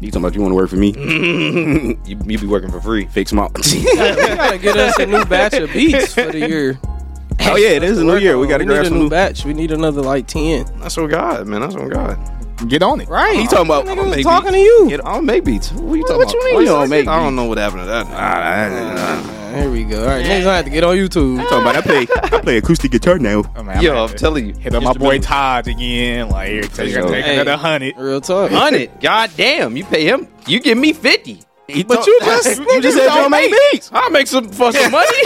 You talking about you want to work for me? you, you be working for free. Fix my. We gotta get us a new batch of beats for the year. oh yeah, it is a new year. We gotta need grab a some new new. batch. We need another like ten. That's what God, man. That's what God. Get on it. Right? He talking about- Nigga I don't was make talking to you. Get on make beats. What you talking What about? you mean you don't make I don't know what happened to that. Man, here we go. All right, niggas gonna have to get on YouTube. Talking about I play I play acoustic guitar now. I mean, Oh, I'm Yo, gonna I'm telling you. hit up my boy Todd again. Like, here, so you gotta Yo. take Hey. another hundred. Real talk. Hundred. God damn. You pay him. You give me fifty. but you just you just said you don't make beats. I'll make some for some money.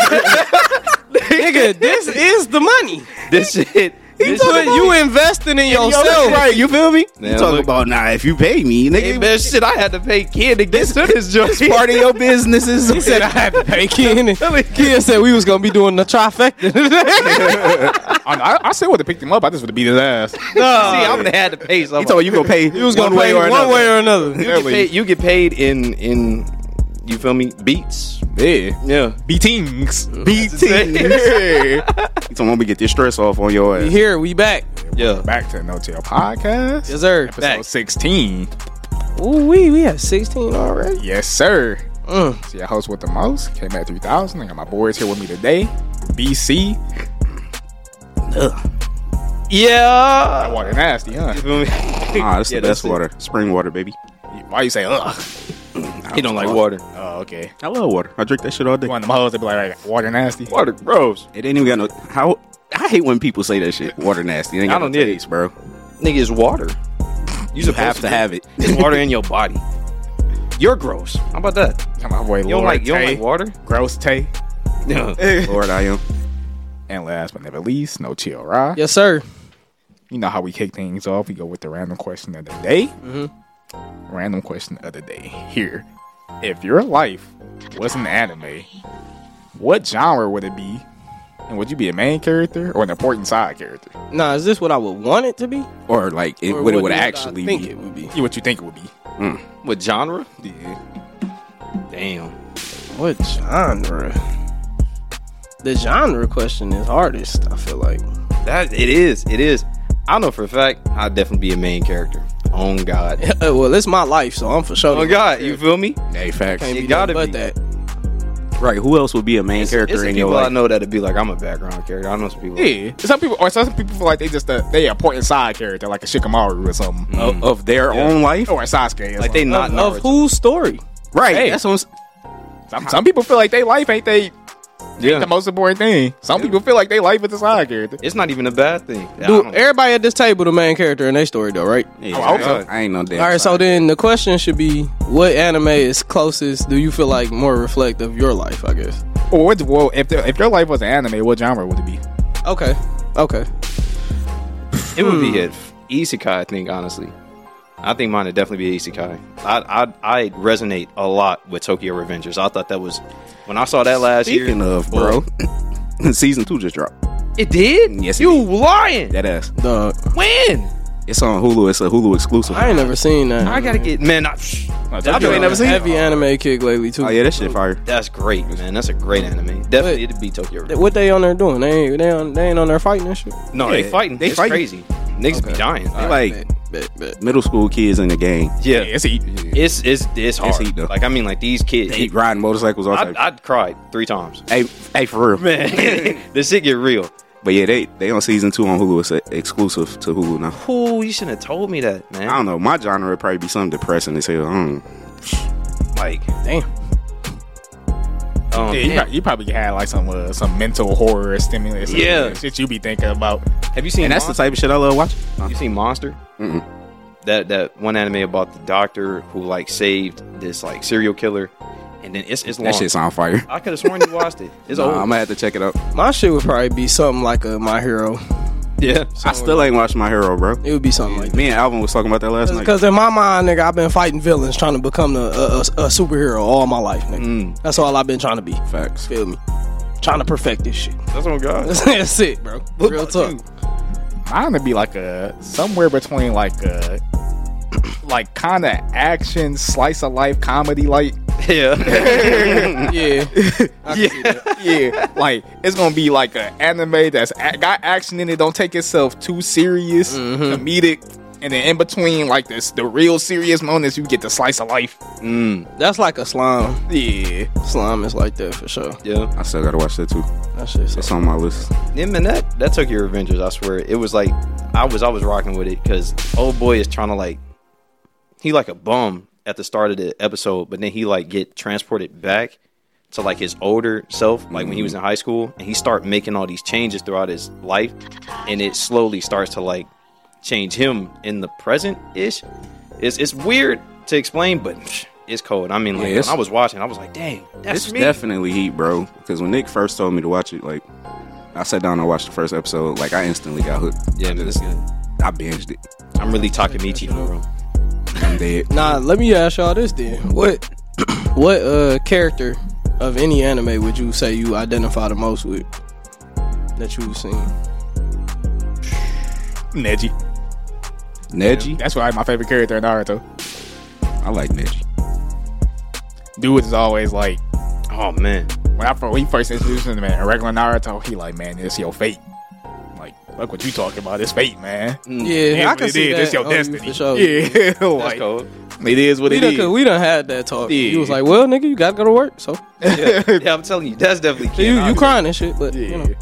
Nigga, this is the money. this shit. This This what shit. you investing in yourself. right, you feel me? Man, you talking look. about nah? If you pay me, Hey, nigga, man, shit, I had to pay kid to get to this joint. part of your business is. He said I had to pay Ken. and Ken said we was gonna be doing the trifecta. I, I, I still would have picked him up. I just would have beat his ass. See, I'm gonna have to pay something. He told you gonna pay. He was gonna pay one way or another. You get, paid, you get paid in in you feel me beats. Yeah. Yeah, Beatings. BT. You talking about we get this stress off on your We ass? here, we back. yeah. Back to No Tail Podcast. Yes, sir. Episode Back. 16. Ooh, we we have sixteen already. Yes, sir. Mm. So your host with the most. Came at 3000. I got my boys here with me today. BC. That Yeah. water nasty, Nah, huh? that's Yeah, Ah, the that's best it. water. Spring water, baby. Why you say ugh? He don't like water. Oh, okay. I love water. I drink that shit all day. You want them hoes to be like, like water nasty? Water gross. It ain't even got no. How I hate when people say that shit. Water nasty. It ain't I got don't no need it. taste, bro. Nigga is water. You have to have it. It's water in your body. You're gross. How about that? Got my boy You don't Lord like you don't Tay. like water? Gross Tay. Lord, I am. And last but never least, No Chill Ra. Yes, sir. You know how we kick things off. We go with the random question of the day. Random question of the day. Here. If your life was an anime, what genre would it be? And would you be a main character or an important side character? Nah, is this what I would want it to be? Or like it, Or what it what would did I actually think be. it would be? You what you think it would be. What genre? Damn. What genre? The genre question is hardest. I feel like. That it is. It is. I know for a fact I'd definitely be a main character. On God. well, it's my life, so I'm for sure. On God. You feel me? Hey, facts. Can't You be gotta nothing but be. that. Right. Who else would be a main character It's some in your people I life? know that'd be like I'm a background character. I know some people. Yeah. Some people or some people feel like they just a they a important side character, like a Shikamaru or something. Oh, Of, of their own life. Or a Sasuke. Or Mm. Like they something. not Of, of Naruto. whose story? Right. Hey. That's what I'm, s- some, some people feel like they life ain't they the Yeah. most important thing. Some people feel like they life is a side character. It's not even a bad thing. Yeah, I Dude, don't- everybody at this table the main character in their story though, right? yeah, Oh, I hope so. I ain't no damn. All right, so side. then the question should be, what anime is closest? Do you feel like more reflect of your life? I guess. Or what? Well, if the, if your life was an anime, what genre would it be? Okay, okay. It would be Hmm. an isekai, I think, honestly. I think mine would definitely be isekai. I I I resonate a lot with Tokyo Revengers. I thought that was when I saw that last Speaking year. of, bro, season two just dropped. it did. Yes, it you did. lying. That ass. Dog, when It's on Hulu. It's a Hulu exclusive. I ain't never seen that. I gotta get man. I, That's I good. ain't never seen. it. heavy anime kick lately too. Oh yeah, that shit fire. That's great, man. That's a great anime. Definitely, But- it'd be Tokyo. Revengers. What they on there doing? They ain't they, on, they ain't on there fighting and shit. no, they yeah, fighting. they They it's fighting. crazy. Niggas be dying. They like Bet, bet, bet. middle school kids in the game. yeah, Yeah, it's a, it's it's it's hard. heat, though. like I mean, like these kids. They riding motorcycles all I, type. I cried three times. Hey, hey, for real. Man, this shit get real. But yeah, they they on season two on Hulu. It's uh, exclusive to Hulu now. Ooh, you shouldn't have told me that, man. I don't know. My genre would probably be something depressing as hell. I don't know. like, Damn. yeah, um, you, prob- you probably had like some uh, some mental horror stimulus. or Yeah. shit you be thinking about. have you seen? And that's the Monster? type of shit I love watching. Uh, You seen Monster? Mm-mm. That that one anime about the doctor who like saved this like serial killer, and then it's it's long. that shit's on fire. I could have sworn you watched it. It's Nah, old. I'm gonna have to check it out. My shit would probably be something like a My Hero. yeah, I still ain't watched My Hero, bro. It would be something like that. Me and Alvin was talking about that last night. Because in my mind, nigga, I've been fighting villains, trying to become the, a, a, a superhero all my life, nigga. Mm. That's all I've been trying to be. Facts. Feel me? Trying to perfect this shit. that's on God. That's it, bro. Real talk. Mine would be like a somewhere between like a like kind of action slice of life comedy like Yeah, Yeah. I can see that. yeah like it's gonna be Mm-hmm. like an anime that's a- got action in it don't take itself too serious comedic and then in between like this the real serious moments, you get the slice of life. That's like a slime. Yeah, Slime is like that for sure. Yeah. I still gotta watch that too. That shit's That's on my list. Them and that that took your Avengers, I swear. It was like I was always rocking with it because old boy is trying to like he like a bum at the start of the episode, but then he like get transported back to like his older self, like when he was in high school, and he start making all these changes throughout his life, and it slowly starts to like change him in the present ish. It's it's weird to explain, but it's cold. I mean, like Yeah, it's- when I was watching, I was like, dang, that's It's me. definitely heat, bro. Because when Nick first told me to watch it, like I sat down and watched the first episode, like I instantly got hooked. Yeah, I man, it's good. I binged it. I'm really Takamichi, bro. I'm dead. Nah, let me ask y'all this then. What what uh character of any anime would you say you identify the most with that you've seen? Neji. Neji, That's why my favorite character in Naruto. I like Neji. Dude is always like Oh man, when I fir- when he first introduced him, man, regular Naruto, he like, man, this your fate. Like, look what you talking about, it's fate, man. Mm-hmm. Yeah, Here's I what can it see is, that. It's your on you destiny. For sure. Yeah, that's like cold. it is what We it done, is. cause we done had that talk. Yeah. You was like, "Well, nigga, you gotta go to work." So yeah, yeah, I'm telling you, that's definitely Ken. you, you I'm- crying and shit, but you Yeah. know,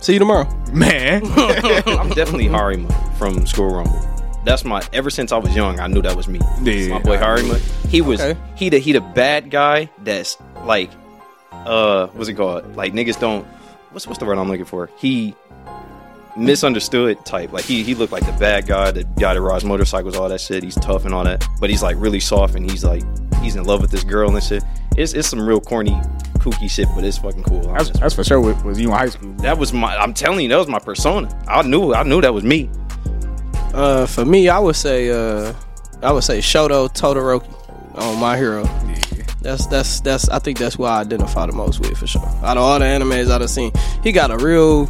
see you tomorrow. man. I'm definitely Harima from School Rumble. That's my. Ever since I was young, I knew that was me. Yeah. my boy Harima. He was Okay. he the he the bad guy. That's like, uh, what's it called? Like niggas don't. What's what's the word I'm looking for? He misunderstood type. Like he he looked like the bad guy, the guy that rides motorcycles, all that shit. He's tough and all that, but he's like really soft and he's like he's in love with this girl and shit. It's it's some real corny, kooky shit, but it's fucking cool. that's, that's for sure. What was you in high school? That was my. I'm telling you, that was my persona. I knew. I knew that was me. Uh, for me, I would say, uh, I would say Shoto Todoroki on My Hero. That's that's that's. I think that's who I identify the most with for sure. Out of all the animes I've seen, he got a real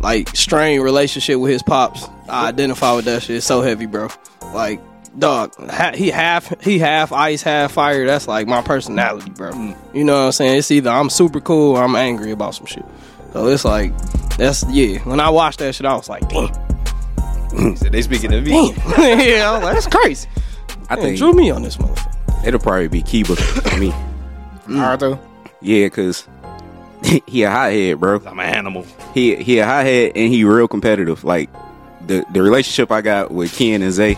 like strained relationship with his pops. I identify with that shit. It's so heavy, bro. Like dog, ha- he half he half ice, half fire. That's like my personality, bro. You know what I'm saying? It's either I'm super cool or I'm angry about some shit. So it's like that's yeah. When I watched that shit, I was like, damn. He said, they speaking to me. Damn. yeah, I was like, that's crazy. I Man, think drew me on this motherfucker. it'll probably be Kiba for me. Mm. Naruto. Yeah, cause he a hothead, bro. I'm an animal. He he a hothead and he real competitive. Like the the relationship I got with Ken and Zay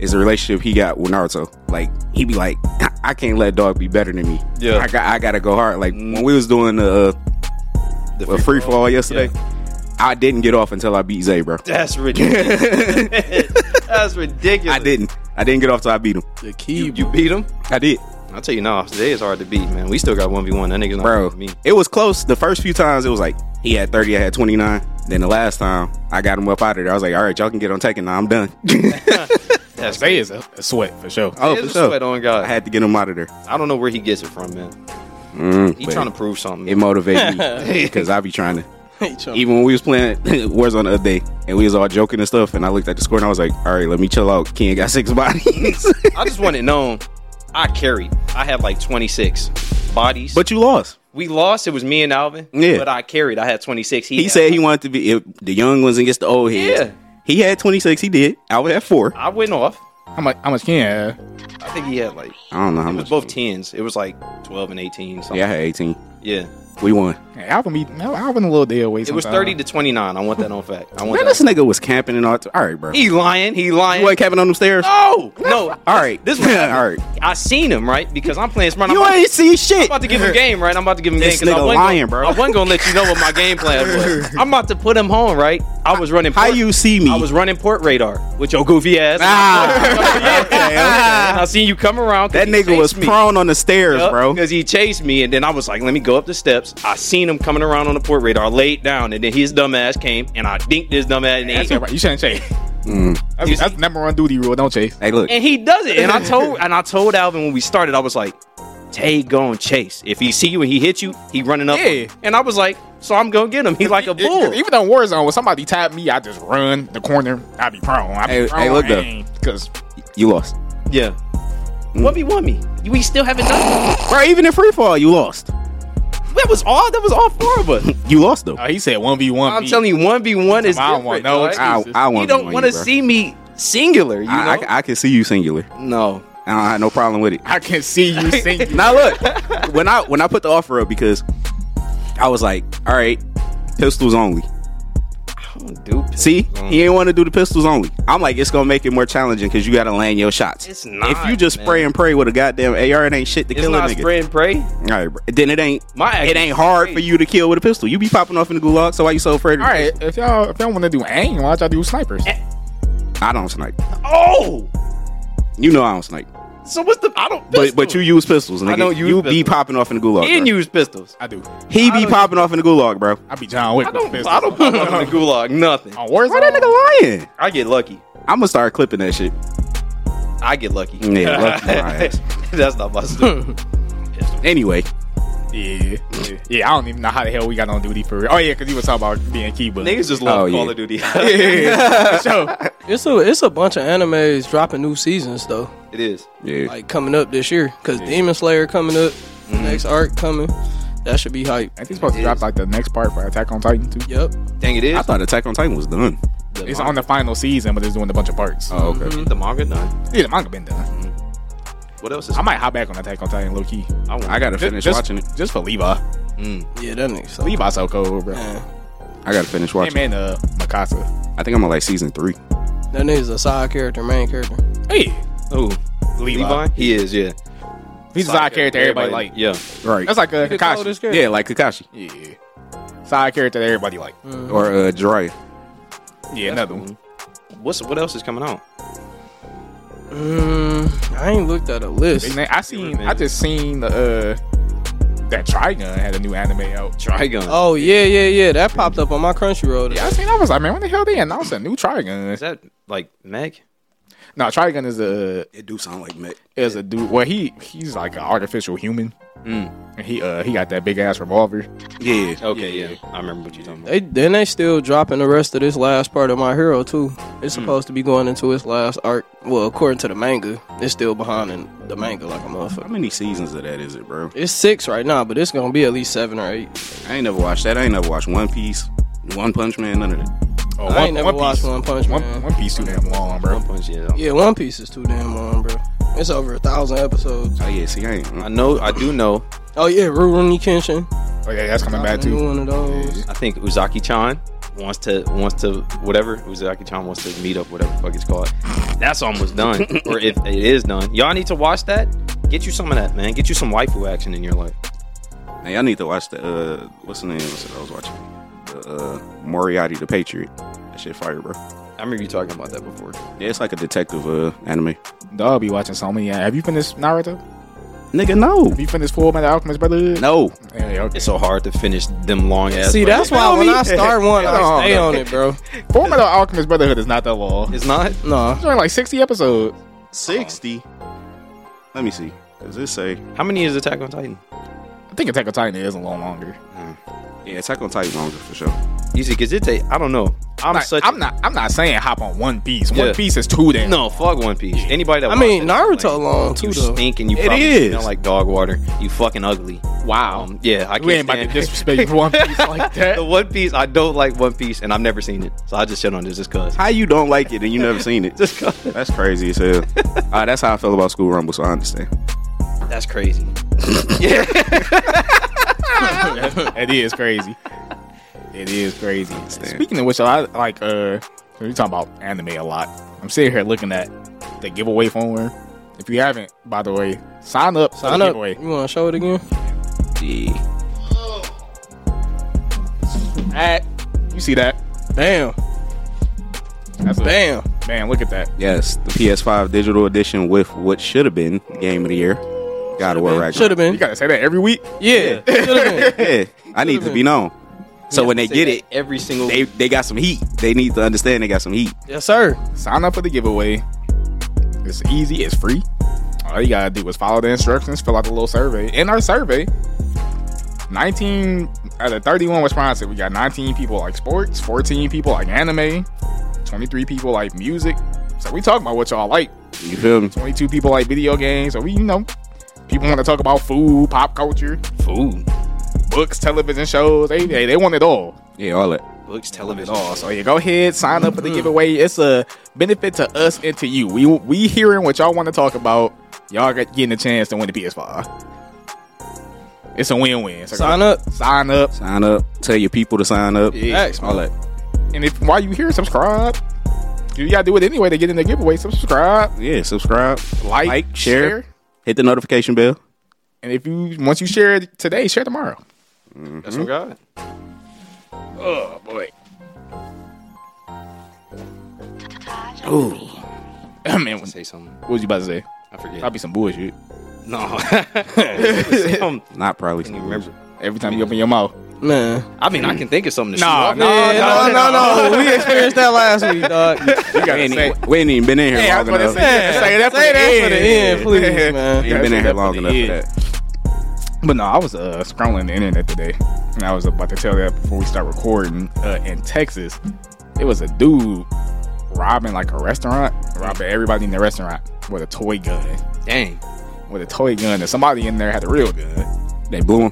is the relationship he got with Naruto. Like he be like, I, I can't let dog be better than me. Yeah. I got I gotta go hard. Like when we was doing the The uh, free fall yesterday, Yeah. I didn't get off until I beat Zay, bro. That's ridiculous. That's ridiculous. I didn't. I didn't get off till I beat him. The key, You, you beat him? I did, I tell you, nah. Today is hard to beat, man. We still got one v one. That nigga's not bro. beating me. It was close. The first few times, it was like he had thirty, I had twenty nine. Then the last time, I got him up out of there. I was like, all right, y'all can get on Tekken now. I'm done. That's Zay is a, a sweat for sure. Oh, There's for a sure. sweat on God. I had to get him out of there. I don't know where he gets it from, man. He Mm, but- trying to prove something. It motivated me because I be trying to. hate y'all. Even when we was playing Warzone the other day, and we was all joking and stuff, and I looked at the score and I was like, all right, let me chill out. Ken got six bodies, I just want it known. I carried. I had like 26 bodies. but you lost. we lost. It was me and Alvin. Yeah. But I carried. I had 26. He had said he wanted to be if the young ones against the old heads. Yeah. He had 26. He did. I was at four. I went off. How much? How much can? you have? I think he had like I don't know how It much. was both tens. It was like twelve and eighteen. Something. Yeah, I had 18. yeah. We won. Hey, I've been eating. I've been a little day away. It was sometime. thirty to twenty nine. I want that on fact. I want Man, that. this nigga was camping and all. T- all right, bro. he lying. He lying. You ain't camping on them stairs. no, no. All right. Oh. This all one. right. I seen him right because I'm playing smart. You I'm, ain't see shit. about to give him game, right? I'm about to give him This game. 'cause I nigga wasn't lying, gonna, bro. I wasn't gonna let you know what my game plan was. I'm about to put him home, right? I was running. How port- you see me? I was running port radar with your goofy ass. ah. okay, okay. And I seen you come around. 'cause That you nigga chased was me. prone on the stairs, bro. Because he chased me, and then I was like, let me go up the steps. I seen him coming around on the port radar, laid down, and then his dumbass came, and I dinked his dumbass, and, That's ate all him. right. You shouldn't chase. Mm. That's, that's number one duty rule. Don't chase. Hey, look. and he does it. And I told and I told Alvin when we started, I was like, Tay going chase. If he see you and he hit you, he running up. Yeah. And I was like, so I'm gonna get him. He like a It- it- bull. even on Warzone, when somebody tap me, I just run the corner. I be prone. I be Hey, prone. hey, look, though. because You lost. Yeah. One v one me. We still haven't done. it. Bro, even in free fall, you lost. That was all. That was all four of us. You Oh, lost, though. uh, he said one v one. I'm telling you, one v one is I don't want different. no dog. excuse. I, I Jesus. want You don't on want to bro. see me singular. You know, I, I, I can see you singular. no. I don't have no problem with it. I can see you sing. Now look, when I when I put the offer up because I was like, all right, pistols only. I don't do. Pistols See, only. he ain't want to do the pistols only. I'm like, it's gonna make it more challenging because you gotta land your shots. It's not, If you just man. spray and pray with a goddamn AR, it ain't shit to It's kill a not nigga. spray and pray. All right, bro. then it ain't. My ass it is ain't hard straight. for you to kill with a pistol. You be popping off in the gulag, so why you so afraid? Of the All right, if y'all if y'all want to do aim, why don't y'all do snipers? Eh. pistol? I don't snipe. Oh, You know I don't snipe. so what's the? I don't. But but you pistol. use pistols, nigga. I don't use you be pistols. popping off in the gulag. and bro. use pistols. I do. he I be don't- popping off in the gulag, bro. I be John Wick. I don't. with I don't pop up in the gulag. Nothing. On Warzone, Why that nigga lying? I get lucky. I'm gonna start clipping that shit. I get lucky. Yeah, lucky my ass. That's not my story. Anyway, Yeah, yeah, yeah. I don't even know how the hell we got on duty for real. Oh yeah, because you was talking about being key, but Niggas just love Oh, Call yeah. of Duty. so It's a it's a bunch of animes dropping new seasons though, It is. yeah, like coming up this year. Cause Demon Slayer coming up, Mm-hmm. next arc coming. That should be hype. I think it's supposed to drop like the next part for Attack on Titan too. Yep. Dang, it is. I thought Attack on Titan was done. the It's manga- on the final season, but it's doing a bunch of parts. Oh, okay. the manga done. Yeah, the manga been done. What else is? I might hop back on Attack on Titan low key. I, want- I gotta Ju- finish just, watching it. just for Levi. Yeah, that nigga. So, Levi's so cold, bro. man, I gotta finish watching. Him and uh, Mikasa. I think I'm on like season three. that nigga's a side character, main character. Hey, Who? Levi. Levi. He is. Yeah. He's a side character everybody like. Yeah. Right. That's like a Kakashi. yeah, like Kakashi Yeah. Side character that everybody like. or uh, Jiraiya. Yeah, another one. What's what else is coming out? Mm, I ain't looked at a Big list. name. I seen. man. I just seen the uh that Trigun had a new anime out. Trigun. Oh yeah, yeah, yeah. That popped up on my Crunchyroll. today. Yeah, I seen. I was like, man, when the hell they announced a new Trigun? Is that like Meg? No, Trigun is a It do sound like Met. is a dude. Well, he he's like an artificial human. Mm. And he uh he got that big ass revolver. Yeah. Okay. Yeah. I remember what you're talking about. They then they still dropping the rest of this last part of My Hero too. Mm. It's supposed to be going into its last arc. Well, according to the manga, it's still behind in the manga like a How motherfucker. many seasons of that is it, bro? It's six right now, but it's gonna be at least seven or eight. I ain't never watched that. I ain't never watched One Piece, One Punch Man, none of that. Oh, I ain't never watched One Punch One, Man. One Piece too damn long, bro. One punch. Yeah. Yeah, One Piece is too damn long, bro. It's over a thousand episodes. Oh yeah, see, I ain't. I know. I do know. Oh yeah, Rurouni Kenshin. Oh yeah, that's coming back Dropping a new too. one of those. I think Uzaki Chan wants to wants to whatever Uzaki Chan wants to meet up whatever the fuck it's called. That's almost done, or if it is done, y'all need to watch that. Get you some of that, man. Get you some waifu action in your life. Hey, I need to watch the uh, what's the name? What's it I was watching the uh, Moriarty the Patriot. That shit fire, bro. I remember you talking about that before. Yeah, it's like a detective uh, anime. Dog be watching so many. Have you finished Naruto? Nigga, no, Have you finished Full Metal Alchemist Brotherhood? no. Hey, okay. It's so hard to finish them long ass. See, that's why when I start one, Hold I on. stay on it, bro. Full Metal Alchemist Brotherhood is not that long. It's it's not. Nah, only like sixty episodes. Sixty. Let me see. Does this say? How many is Attack on Titan? I think Attack on Titan is a little longer. Yeah, Attack on Titan longer for sure. You see, because it take. I don't know. I'm Like, such. I'm not. I'm not saying hop on One Piece. One Yeah. Piece is too damn. No, fuck One Piece. Anybody that I mean watched Naruto long that, too you though. stink and you It probably is. smell like dog water. You fucking ugly. Wow. Um, yeah, I can't we ain't about to stand- disrespect One Piece like that. the One Piece, I don't like One Piece, and I've never seen it, so I just shit on this just cause. How you don't like it and you never seen it? Just 'cause. That's crazy as hell. Uh, that's how I feel about School Rumble, so I understand. That's crazy. yeah, it is crazy. It is crazy. Understand. Speaking of which, I like uh we talking about anime a lot. I'm sitting here looking at the giveaway phone. If you haven't, by the way, sign up. I Sign know. Giveaway. You wanna show it again? Yeah. At, you see that? Damn, That's a, damn. Man, look at that. Yes, the PS5 digital edition with what should have been game of the year. God of War Ragnarok. Should have You been. gotta say that every week. Yeah, should have been. Yeah, I need to be known. So when they get it, every single they they got some heat. They need to understand they got some heat. Yes, sir. Sign up for the giveaway. It's easy. It's free. All you gotta do is follow the instructions, fill out the little survey. In our survey, 19 out of 31 responses, we got 19 people like sports, 14 people like anime, 23 people like music. So we talking about what y'all like. You feel me? 22 people like video games. So we, you know, people want to talk about food, pop culture, food. books, television shows. They they, they want it all. Yeah, all that. books, Love it television. all. So yeah, go ahead, sign up for the Mm-hmm. giveaway. It's a benefit to us and to you. We we hearing what y'all want to talk about. Y'all get- getting a chance to win the PS5. It's a win-win. So go- Sign up. sign up, Sign up. Tell your people to sign up. Yeah. Facts, man. All that. and if while you here, subscribe. You gotta do it anyway to get in the giveaway. Subscribe, Yeah, subscribe, like, share, hit the notification bell. and if you once you share it today, share tomorrow. That's from God. Oh boy, Ooh. I mean, what Say something. was you about to say? I forget. Probably some bullshit. no. I Not probably. can't even remember. Every time you open your mouth. Man. I mean, I can think of something to Nah, shoot off. nah, Yeah, nah, no, no, no. We experienced that last week, dog. You gotta We ain't, say. even, we ain't even been in here Hey, I was long gonna enough. say, say that for Say the that end. for the end, please, man. We ain't been in here long enough for Yeah. that. But no, I was uh, scrolling the internet today, and I was about to tell that before we start recording. Uh, in Texas, it was a dude robbing like a restaurant, robbing everybody in the restaurant with a toy gun. Dang. With a toy gun, and somebody in there had a real gun. They blew him.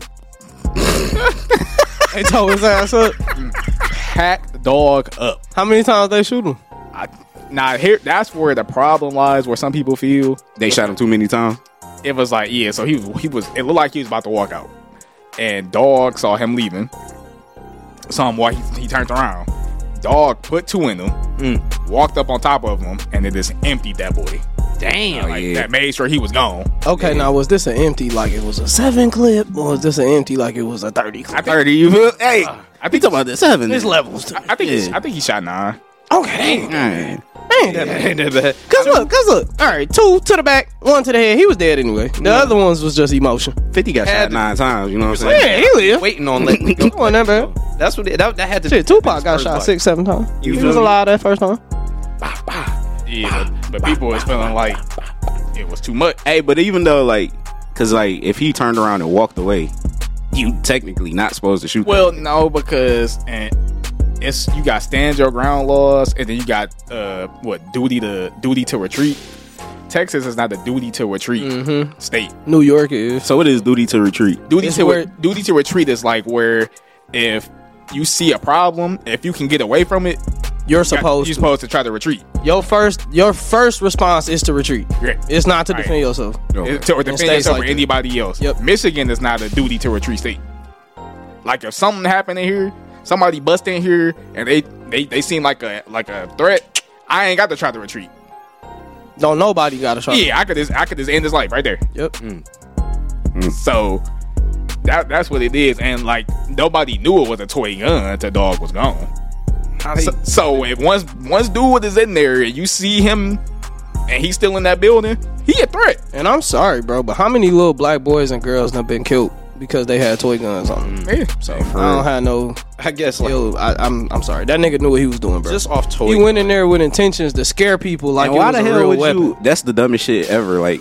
They told his ass up. Packed the dog up. How many times they shoot him? I, now here, that's where the problem lies. Where some people feel They shot him too many times. it was like, yeah. So he was, he was. It looked like he was about to walk out, and dog saw him leaving. Saw him walk. He, he turned around. Dog put two in him, walked up on top of him, and then just emptied that boy. Damn. Like yeah. that made sure he was gone. Okay, now was this an empty like it was a seven clip, or was this an empty like it was a thirty clip? Thirty. You feel? Hey, Uh, I think talking about the seven. There's levels. To I think he, Yeah. I think he shot nine. Okay, Man, ain't that Ain't that bad. Cause look, cause look. All right, two to the back, one to the head. He was dead anyway. The other ones was just emotion. Fifty got Had shot to- nine times. You know what I'm saying? Yeah, he lived. Waiting on letting me go. Come on, that man. That's what it, that, that had to Shit, Tupac got First shot block. six, seven times. You he feel was me? alive that first time. Yeah, but, but people was feeling like it was too much. Hey, but even though like, cause like if he turned around and walked away, you technically not supposed to shoot. Well, that. no, because and it's you got stand your ground laws, and then you got uh what duty to duty to retreat. Texas is not the duty to retreat state. New York is. so it is duty to retreat. Mm-hmm. Duty It's to where- duty to retreat is like where if you see a problem, if you can get away from it, You're you got- supposed. to. you're supposed to try to retreat Your first, your first response is to retreat. Yeah. It's not to Right. defend yourself. Okay. It- to, or defend states yourself like or that. anybody else. Yep. Michigan is not a duty to retreat state. Like if something happened in here, somebody bust in here, and they they they seem like a like a threat. I ain't got to try to retreat. Don't nobody got a shot. Yeah, Mm. I could just I could just end his life right there. Yep. So that that's what it is. And like nobody knew it was a toy gun until dog was gone. So, so if once once dude is in there and you see him and he's still in that building, he a threat. And I'm sorry, bro, but how many little black boys and girls have been killed because they had toy guns on? Mm. them? Yeah. So I don't have no. I guess like Yo, I, I'm I'm sorry. That nigga knew what he was doing, bro. just off toy. he went in there with intentions to scare people. Like And it why was the a hell real would weapon. you? That's the dumbest shit ever. Like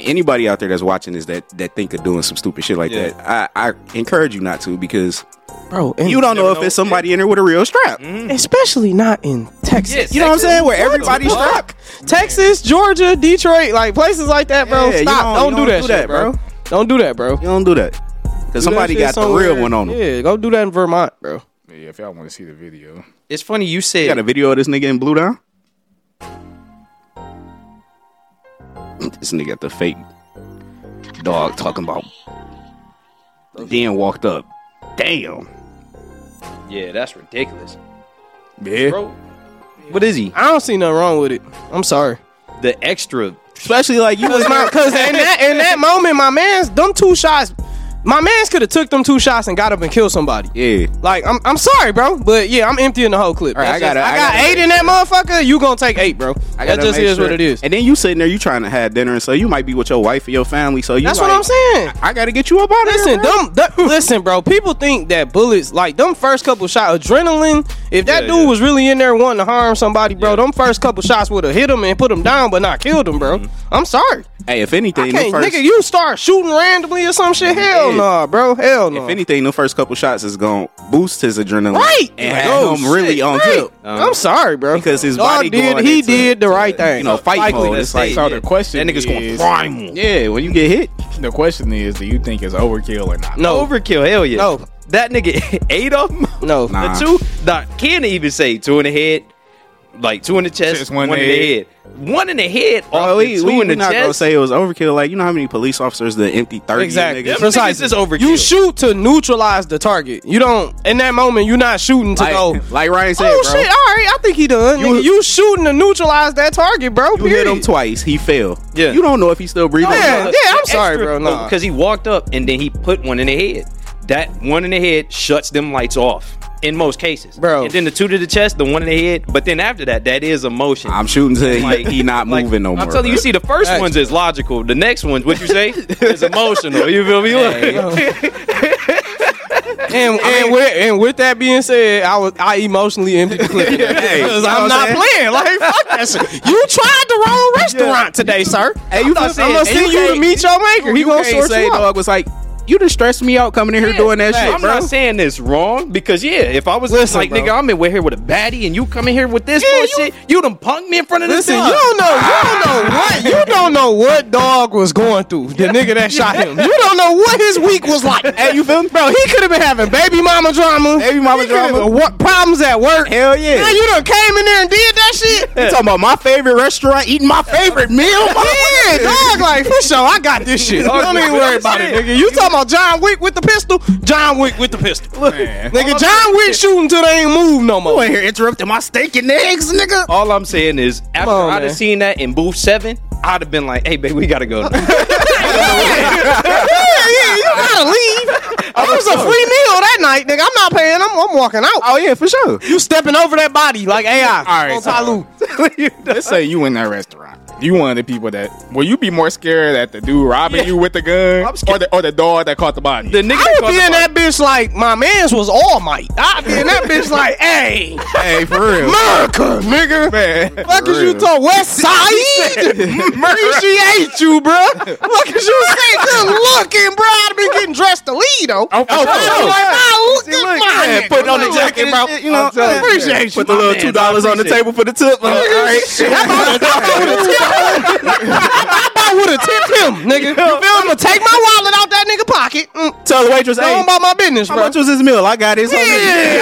anybody out there that's watching this that that think of doing some stupid shit like Yeah. that, I, I encourage you not to because bro? And you don't know if know. it's somebody in there with a real strap. Mm-hmm. especially not in Texas. Yes, You know what I'm Texas. saying? Where everybody's fuck? strapped. Texas, Georgia, Detroit, like places like that, bro. Yeah, you Stop! don't- Don't, you do that, shit, bro. Don't do that, bro. You don't do that because somebody Do that got shit the real somewhere. one on them. Yeah, go do that in Vermont, bro. Yeah, if y'all want to see the video. It's funny you You got a said video of this nigga in blue down. This nigga got the fake dog talking about. Then walked up. Damn. Yeah, that's ridiculous. Yeah. Bro, what is he? I don't see nothing wrong with it. I'm sorry. The extra Especially like you was not. Because in that in that moment, my man's them two shots. My man's could have took them two shots and got up and killed somebody. Yeah. Like I'm, I'm sorry, bro, but yeah, I'm emptying the whole clip. Alright, I That's gotta- just- I I, gotta- got eight in that motherfucker. You gonna take eight, bro? That gotta just make is what sure- it is. And then you sitting there, you trying to have dinner, and so you might be with your wife or your family. So you That's like, what I'm saying. I gotta get you up out of Listen, here. dumb, th- listen, bro. People think that bullets, like them first couple shot adrenaline. If that Yeah, dude yeah. was really in there wanting to harm somebody, bro, them first couple shots would have hit him and put him down, but not killed him, bro. Mm-hmm. I'm sorry, Dumb. Hey, if anything, can't, the first, nigga. You start shooting randomly or some shit. Hell Yeah. no, nah, bro. Hell no. if anything, the first couple shots is gonna boost his adrenaline, right? And Like, have oh, him really shit, on right. tip. I'm sorry, bro. Because his Dog body did. going He into- did the right thing. You know, fight Likely. mode. It's like So the question That nigga's going is- primal. yeah, when you get hit, The question is, do you think it's overkill or not? No, Overkill, hell yeah. no. That nigga ate of them. No, Nah. The two, the can even say two in the head, like two in the chest, Just one, in the head. one in the head, off the we, two we, in we the not gonna chest. say it was overkill. Like you know how many police officers that empty thirty Exactly. niggas? Them niggas is overkill. You shoot to neutralize the target. You don't in that moment. You're not shooting to Like, go. like Ryan said, oh bro. shit! All right, I think he done. You, You- nigga, you shooting to neutralize that target, bro. You hit him period. twice. He fell. Yeah. You don't know if he's still breathing. or Yeah, not. yeah, I'm sorry, bro, nah. Because Uh, he walked up and then he put one in the head. That one in the head shuts them lights off in most cases, Bro. And then the two to the chest, the one in the head. But then after that, that is a motion. I'm shooting to like, he not Like, moving no more. I'm telling you, you bro. see, the first Facts. one's is logical. The next one's what you say is emotional. You feel me? Look. And and, with, and with that being said, I was I emotionally emptied the clip because I'm what not I'm saying? playing. Like fuck that shit. You tried the wrong restaurant today, sir. Hey, you I'm, not feel- saying- I'm and gonna send you to can't- meet your maker. He you gonna can't sort say you out. dog was like, you just stressed me out coming in here doing that I'm shit, bro. not saying this wrong because yeah, if I was Listen, like bro. nigga, I'm in here with a baddie and you come in here with this Yeah, bullshit, you, done punked me in front of this. Listen, you dog. don't know, you don't know what, you don't know what dog was going through. The nigga that shot him, you don't know what his week was like. Hey, you feel me, bro? He could have been having baby mama drama, Baby mama He coulda drama. been wa- problems at work. Hell yeah. Man, you done came in there and did that shit. You talking about my favorite restaurant, eating my favorite meal? Yeah, dog, like for sure, I got this shit. Don't even worry about it, nigga. You talking about John Wick with the pistol? John Wick with the pistol. Look, Man. nigga, John Wick shooting till they ain't move no You more. in here interrupting my steak and eggs, nigga. All I'm saying is, after on, I'd man. have seen that in booth seven, I'd have been like, "Hey, baby, we gotta go." Yeah, yeah, you gotta leave. It was a free meal that night, nigga. I'm not paying. I'm, I'm walking out. Oh yeah, for sure. You stepping over that body like AI. right, on so- Tyloo. Let's say you in that restaurant. You one of the people that will you be more scared at the dude robbing you with the gun, I'm scared. or the or the dog that caught the body? the nigga I called would be the in bar- that bitch like my man's was all might. I'd be in that bitch like, hey, hey, for real, America, nigga, man. fuck is you talking? West Side? Appreciate you, bro. Fuck is you saying? Good looking, bro. I'd been getting dressed to lead, though. Oh, for sure. Oh, look at yeah, my put on the Look jacket, at bro. this shit, You know, I'm telling you. appreciate you. Put the My little mans, two dollars I on the appreciate table for the tip. uh, All right, I would have tipped him, nigga. You feel me? Take my wallet out that nigga pocket. Mm, tell the waitress, Go hey, on about my business, how bro. much was this meal? I got his. Yeah,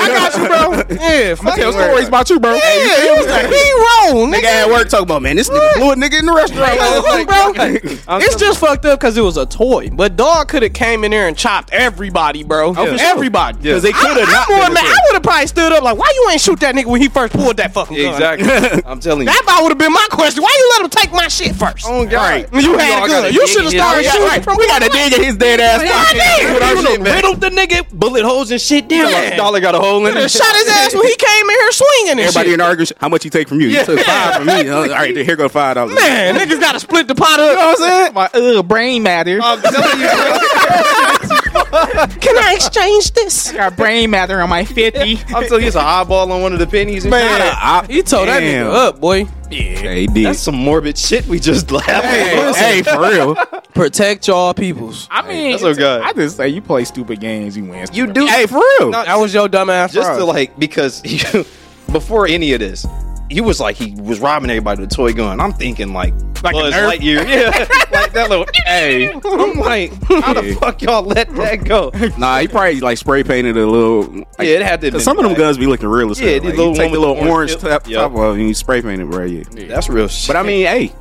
I got you, bro. Yeah, fuck Tell it. stories about you, bro. Yeah, you was like, he wrong, Nigga nigga. at work talking about man, this nigga blew a nigga in the restaurant. Like, look, bro, I'm it's telling- just fucked up because it was a toy. But dog could have came in there and chopped everybody, bro. for sure. Everybody. Because they could have I, not. I'm more been mad. there. I would have probably stood up like, why you ain't shoot that nigga when he first pulled that fucking gun? Exactly. I'm telling you. That probably would have been my question. Why you let him take my shit first? Oh, God. Right. You had Y'all a gotta gun. You dig should have in. started Yeah, shooting right. from We gotta dig at his dead ass. pocket. did. Put our You shit done back. riddled the nigga bullet holes and shit down. Yeah. Like, dollar got a hole in Could have it. shot his ass when he came in here swinging and Everybody shit. in the argument, how much you take from you? You took five from me. All right, here go five dollars. Man, niggas gotta split the pot up. I'm saying? My uh, brain matter. I'm telling you, bro. Can I exchange this? I got brain matter on my 50. I'm telling you, it's an eyeball on one of the pennies. And Not a shit. op- He told that Damn. nigga up, boy. Yeah, he did. that's some morbid shit we just laughed. Hey, at. hey, for real. Protect y'all peoples. I mean, that's so good. I just say you play stupid games, you win. You do. Hey, for real. No, That was your dumb ass. just fraud. to like because you, before any of this, he was like he was robbing everybody with a toy gun. I'm thinking like Like a Buzz Nerf? Lightyear, yeah, like that little. Hey, I'm like, how the fuck y'all let that go? Nah, he probably like spray painted a little. Like, Yeah, it had to. have been Cause some of them black. guns be looking real as hell. Yeah, Yeah, the like, little you take one the with little the orange orange tip. top, Yeah. top off and you spray paint it, bro. Yeah. That's real shit. But I mean, hey,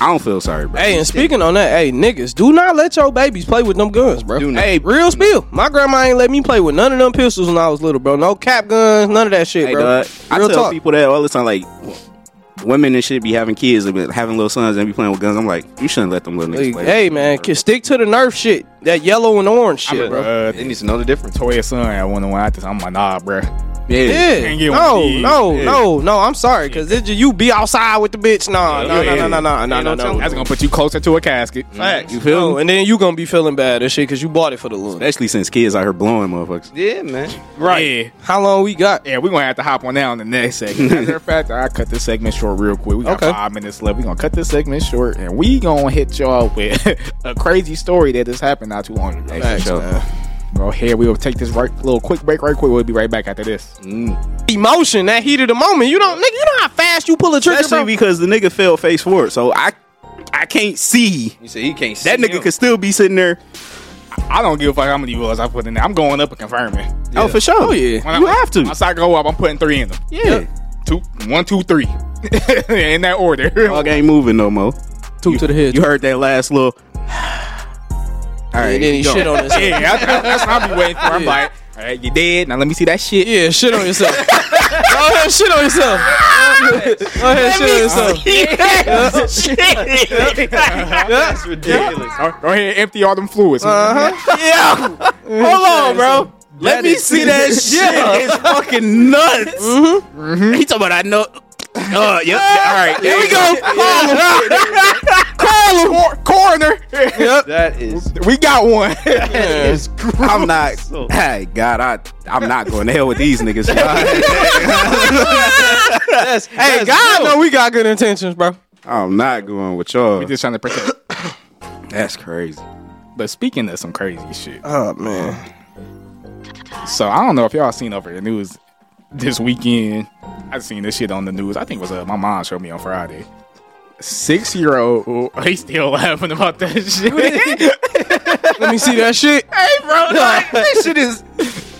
I don't feel sorry, bro. Hey, and speaking on that, hey niggas, do not let your babies play with them guns, bro. Do not. Hey, real spill. My grandma ain't let me play with none of them pistols when I was little, bro. No cap guns, none of that shit, hey, bro. dog. I Real tell talk. people that all the time. Like, women and shit be having kids and be having little sons and be playing with guns. I'm like, you shouldn't let them little niggas play. Like, hey man, ki- stick to the Nerf shit, that yellow and orange I'm shit, a, bro. uh, they need to know the difference. Toya son at one and one. I just, I'm like, nah, bro. yeah. yeah, can't get no, one. Yeah, no, yeah. no, no. I'm sorry, cause it's just you be outside with the bitch. Nah, Yeah, nah, yeah, nah, yeah. nah, nah, nah, Ain't nah, no nah, telling. That's nah. gonna put you closer to a casket. You feel No, me? and then you gonna be feeling bad and shit, cause you bought it for the look. Especially since kids out here blowing motherfuckers. Yeah, man. Right. Yeah. How long we got? Yeah, we're gonna have to hop on down in the next segment. Matter of fact, I cut this segment short real quick. We got Okay. five minutes left. We're gonna cut this segment short and we gonna hit y'all with a crazy story that just happened not too long ago. Thanks, So, man. Go ahead, we'll take this right little quick break right quick. We'll be right back after this. Mm-hmm. Emotion, that heat of the moment. You don't, nigga. You know how fast you pull a trigger, Especially bro. because the nigga fell face forward, so I, I can't see. You say he can't. That see nigga him. could still be sitting there. I don't give a fuck how many was I put in there. I'm going up and confirming. Oh, for sure. Oh, yeah. When You I, have to. Once I go up, I'm putting three in them. Yeah. Two, one, two, three, in that order. Dog ain't moving no more. Two to the head. You heard that last little. All right. and then he go. shit on himself. yeah, I- that's what I'll be waiting for. I'm like, all right, you dead. Now let me see that shit. Yeah, shit on yourself. Go ahead, shit on yourself. Go ahead, shit on yourself. That's ridiculous. Go, go ahead, empty all them fluids. Uh-huh. Hold on, bro. Let me see that shit. It's fucking nuts. Mm-hmm. He talking about I know. Oh, yep. All right. Here we go. Oh, Cor- coroner. That is we got one. I'm not. Hey, God, I, I'm not going to hell with these niggas. that's, Hey, God, know we got good intentions, bro. I'm not going with y'all. we just trying to protect. That's crazy. But speaking of some crazy shit, Oh man, so I don't know if y'all seen over the news this weekend. I seen this shit on the news. I think it was uh, my mom showed me on Friday. Six year old, he still laughing about that shit. let me see that shit. That shit is.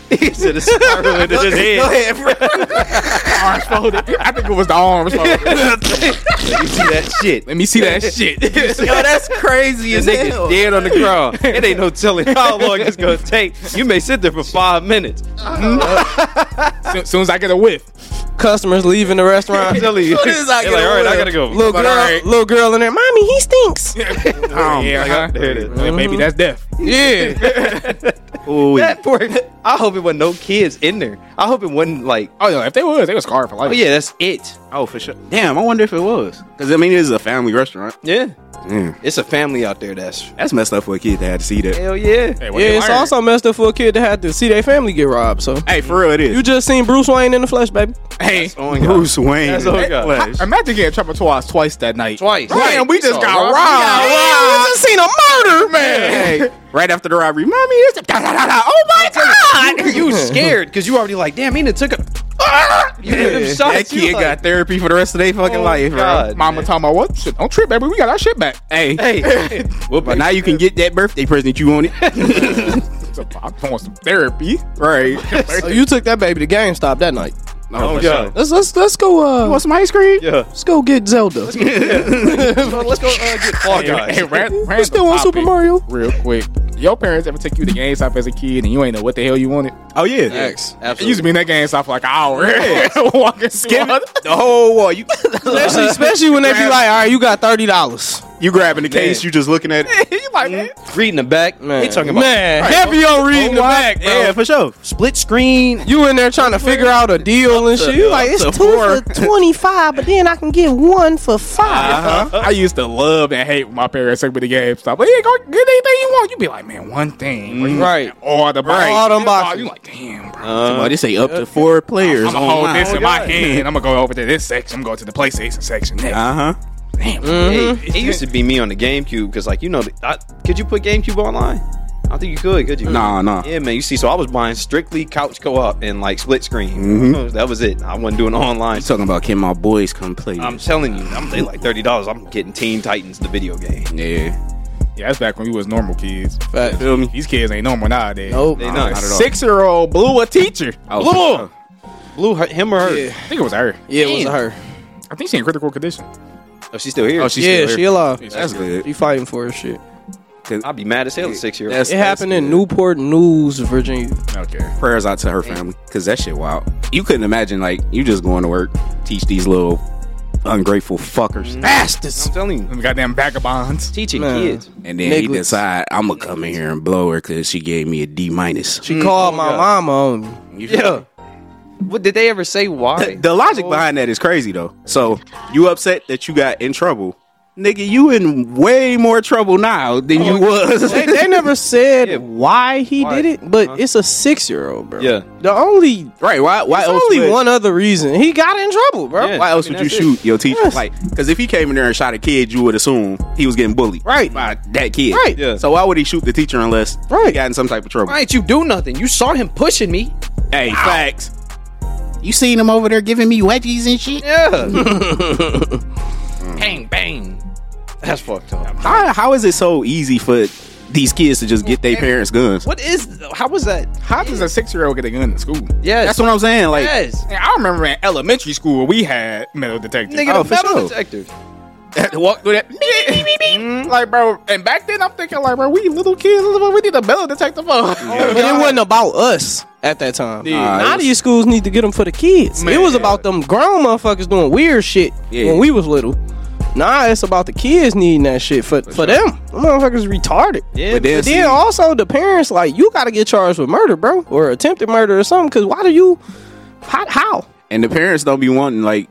to the spiral into his head. arms folded. I think it was the arms folded. You see that shit? Let me see that shit. Yo, that's crazy Your as nigga's hell. dead on the ground. It ain't no telling how long it's gonna take. You may sit there for five minutes. soon, soon as I get a whiff, Customers leaving the restaurant. I'm telling you. Soon as I They're get like, all right, I away. gotta go. Little girl, But alright. little girl in there. Mommy, he stinks. oh, yeah, my huh? God, there it is. Well, Maybe that's death. Yeah, Ooh, That poor. I hope it wasn't no kids in there. I hope it wasn't like. Oh no, if they was, they was scarred for life. Oh yeah, that's it. Oh, for sure. Damn, I wonder if it was. Because, I mean, it is a family restaurant. Yeah, Mm. it's a family out there. That's That's messed up for a kid to have to see that. hell yeah. Hey, what yeah. they It's learned. also messed up for a kid to have to see their family get robbed. So Hey, for real, it is. you just seen Bruce Wayne in the flesh, baby. Hey, Oh my God. Bruce Wayne. That's all we got. Flash. imagine getting trapped twice, twice that night. Twice. Damn, we just So, got Rob- robbed. Yeah, Wow. just seen a murder, Hey, right after the robbery, mommy, it's a da, da, da, da. oh my god! You you scared because you already like, damn, he done took a. You hear them shots, That you kid like, got therapy for the rest of their fucking Oh, life, bro. God. Mama talking about what? Shit, don't trip, baby. We got our shit back. Hey, Hey, well, but now you can get that birthday present you wanted, So, I'm doing some therapy. right? So Oh, you took that baby to GameStop that night. No, oh for god. Let's let's let's go. Uh, Want some ice cream? Yeah. let's go get Zelda. Well, let's go uh, get Fall Guys. Hey, ran- We random still want topic, Super Mario. Real quick, your parents ever take you to GameStop as a kid and you ain't know what the hell you wanted? Oh yeah, X. It used to be in that GameStop for like an hour. Walking Give skin. it the whole wall. You, Especially, especially when they be like, all right, you got thirty dollars. you grabbing the case, Man. you just looking at it. you like that? Reading the back. Man. They talking about man, heavy oh, on reading the back, bro. Yeah, for sure. split screen. You in there trying to figure out a deal and shit. You like it's two for twenty five, but then I can get one for 5 I used to love and hate when my parents took me to GameStop. But yeah, go get anything you want. You be like, man, one thing. Or you Right. like, All the box. All them boxes. Uh, You like, damn, bro. Somebody say up to four players. I'm gonna hold this in my hand. I'm gonna go over to this section. I'm going to the PlayStation section next. Uh huh. Damn. Hey, it Mm-hmm. used to be me on the GameCube because, like, you know, I, could you put GameCube online? I don't think you could, could you? Nah, nah. Yeah, man. You see, so I was buying strictly couch co-op and like split screen. That was it. I wasn't doing online. You talking about can my boys come play? I'm telling you, I'm they like thirty dollars. I'm getting Teen Titans the video game. yeah. Yeah, that's back when we was normal kids. Feel me? These kids ain't normal nowadays. Nope. They not. not at all. Six year old blew a teacher. Oh, Blue, blue, her, him or her? Yeah. I think it was her. Yeah, it was her. I think she in critical condition. Oh, she's still here. Oh, she's yeah, still she here. alive. That's good. She fighting for her shit. I'd be mad as hell at six year old. That's- It happened in Newport News, Virginia. Okay. prayers out to her family because that shit wild. You couldn't imagine like you just going to work, teach these little ungrateful Mm-hmm. fuckers, Bastards. I'm telling you, Them goddamn vagabonds. teaching Man. kids. and then he Niggas. decide I'm gonna come in here and blow her because she gave me a D minus. She called my Mm, oh God. mama on me. You feel Yeah. me? What did they ever say? Why? The logic behind that is crazy though. So you upset that you got in trouble, nigga. You in way more trouble now than you was. They, they never said Yeah. why he Why? did it, but Huh? it's a six year old, bro. Yeah. The only right? Why? Why It's else? only would, one other reason he got in trouble, bro. Yeah. Why else I mean, would you that's it. shoot your teacher? Yes. Like, because if he came in there and shot a kid, you would assume he was getting bullied. Right. By that kid. Right. Yeah. So why would he shoot the teacher unless he Right. got in some type of trouble? Why ain't you do nothing? You saw him pushing me. Hey, facts. You seen him over there giving me wedgies and shit? Yeah. bang bang. That's fucked up. How, how is it so easy for these kids to just get their parents guns. What is? How was that? How does a six year old get a gun in school? Yes, That's what I'm saying. Like, yes. Man, I remember in elementary school we had metal detectors. Nigga, Oh, the for metal sure. detector. had to walk through that. Beep, beep, beep, beep. Like, bro, and back then I'm thinking, like, bro, we little kids, we need a metal detector for. But it wasn't about us at that time. Yeah. Nah, Now these schools need to get them for the kids. It Man. was about them grown motherfuckers doing weird shit Yeah. when we was little. Nah, it's about the kids needing that shit for, for, them. Them motherfuckers retarded. Yeah, But then, But see, then also the parents like you got to get charged with murder, bro, or attempted murder or something. Because why do you? How? how? and the parents don't be wanting like,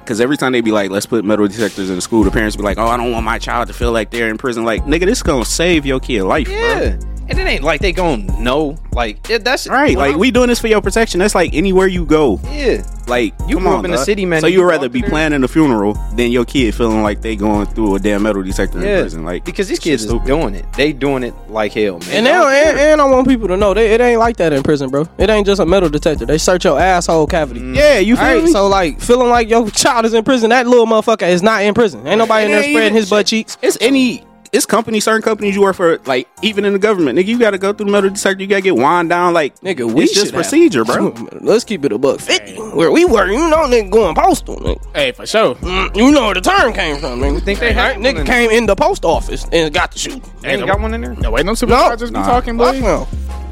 because every time they be like, let's put metal detectors in the school, the parents be like, oh, I don't want my child to feel like they're in prison. Like, nigga, this gonna save your kid life, bro. Yeah, and it ain't like they gonna know. Like it, that's Right, when like I- we doing this for your protection. That's like anywhere you go. Yeah, Like You come grew on, up in the dog. city, man. So You you'd grew rather up be there. planning a funeral than your kid feeling like they going through a damn metal detector in yeah. prison. Like because these kids is stupid. doing it. They doing it like hell, man. And now, and, and I want people to know that it ain't like that in prison, bro. It ain't just a metal detector. They search your asshole cavity. yeah, you feel All right, me? so like feeling like your child is in prison, that little motherfucker is not in prison. Ain't nobody in there It ain't spreading even his butt cheeks. it's any it's company certain companies you work for like even in the government nigga you gotta go through the metal detector you gotta get wound down like Nigga, we it's should just procedure bro have- Let's keep it a buck fifty. Where we were, you know, nigga going postal. Nigga. hey, for sure. Mm, You know where the term came from, nigga. think Right? they had one nigga in- came in the post office and got the shooting. They ain't got one in there. No, wait, no supervisors Nah. be talking, Fuck boy. no.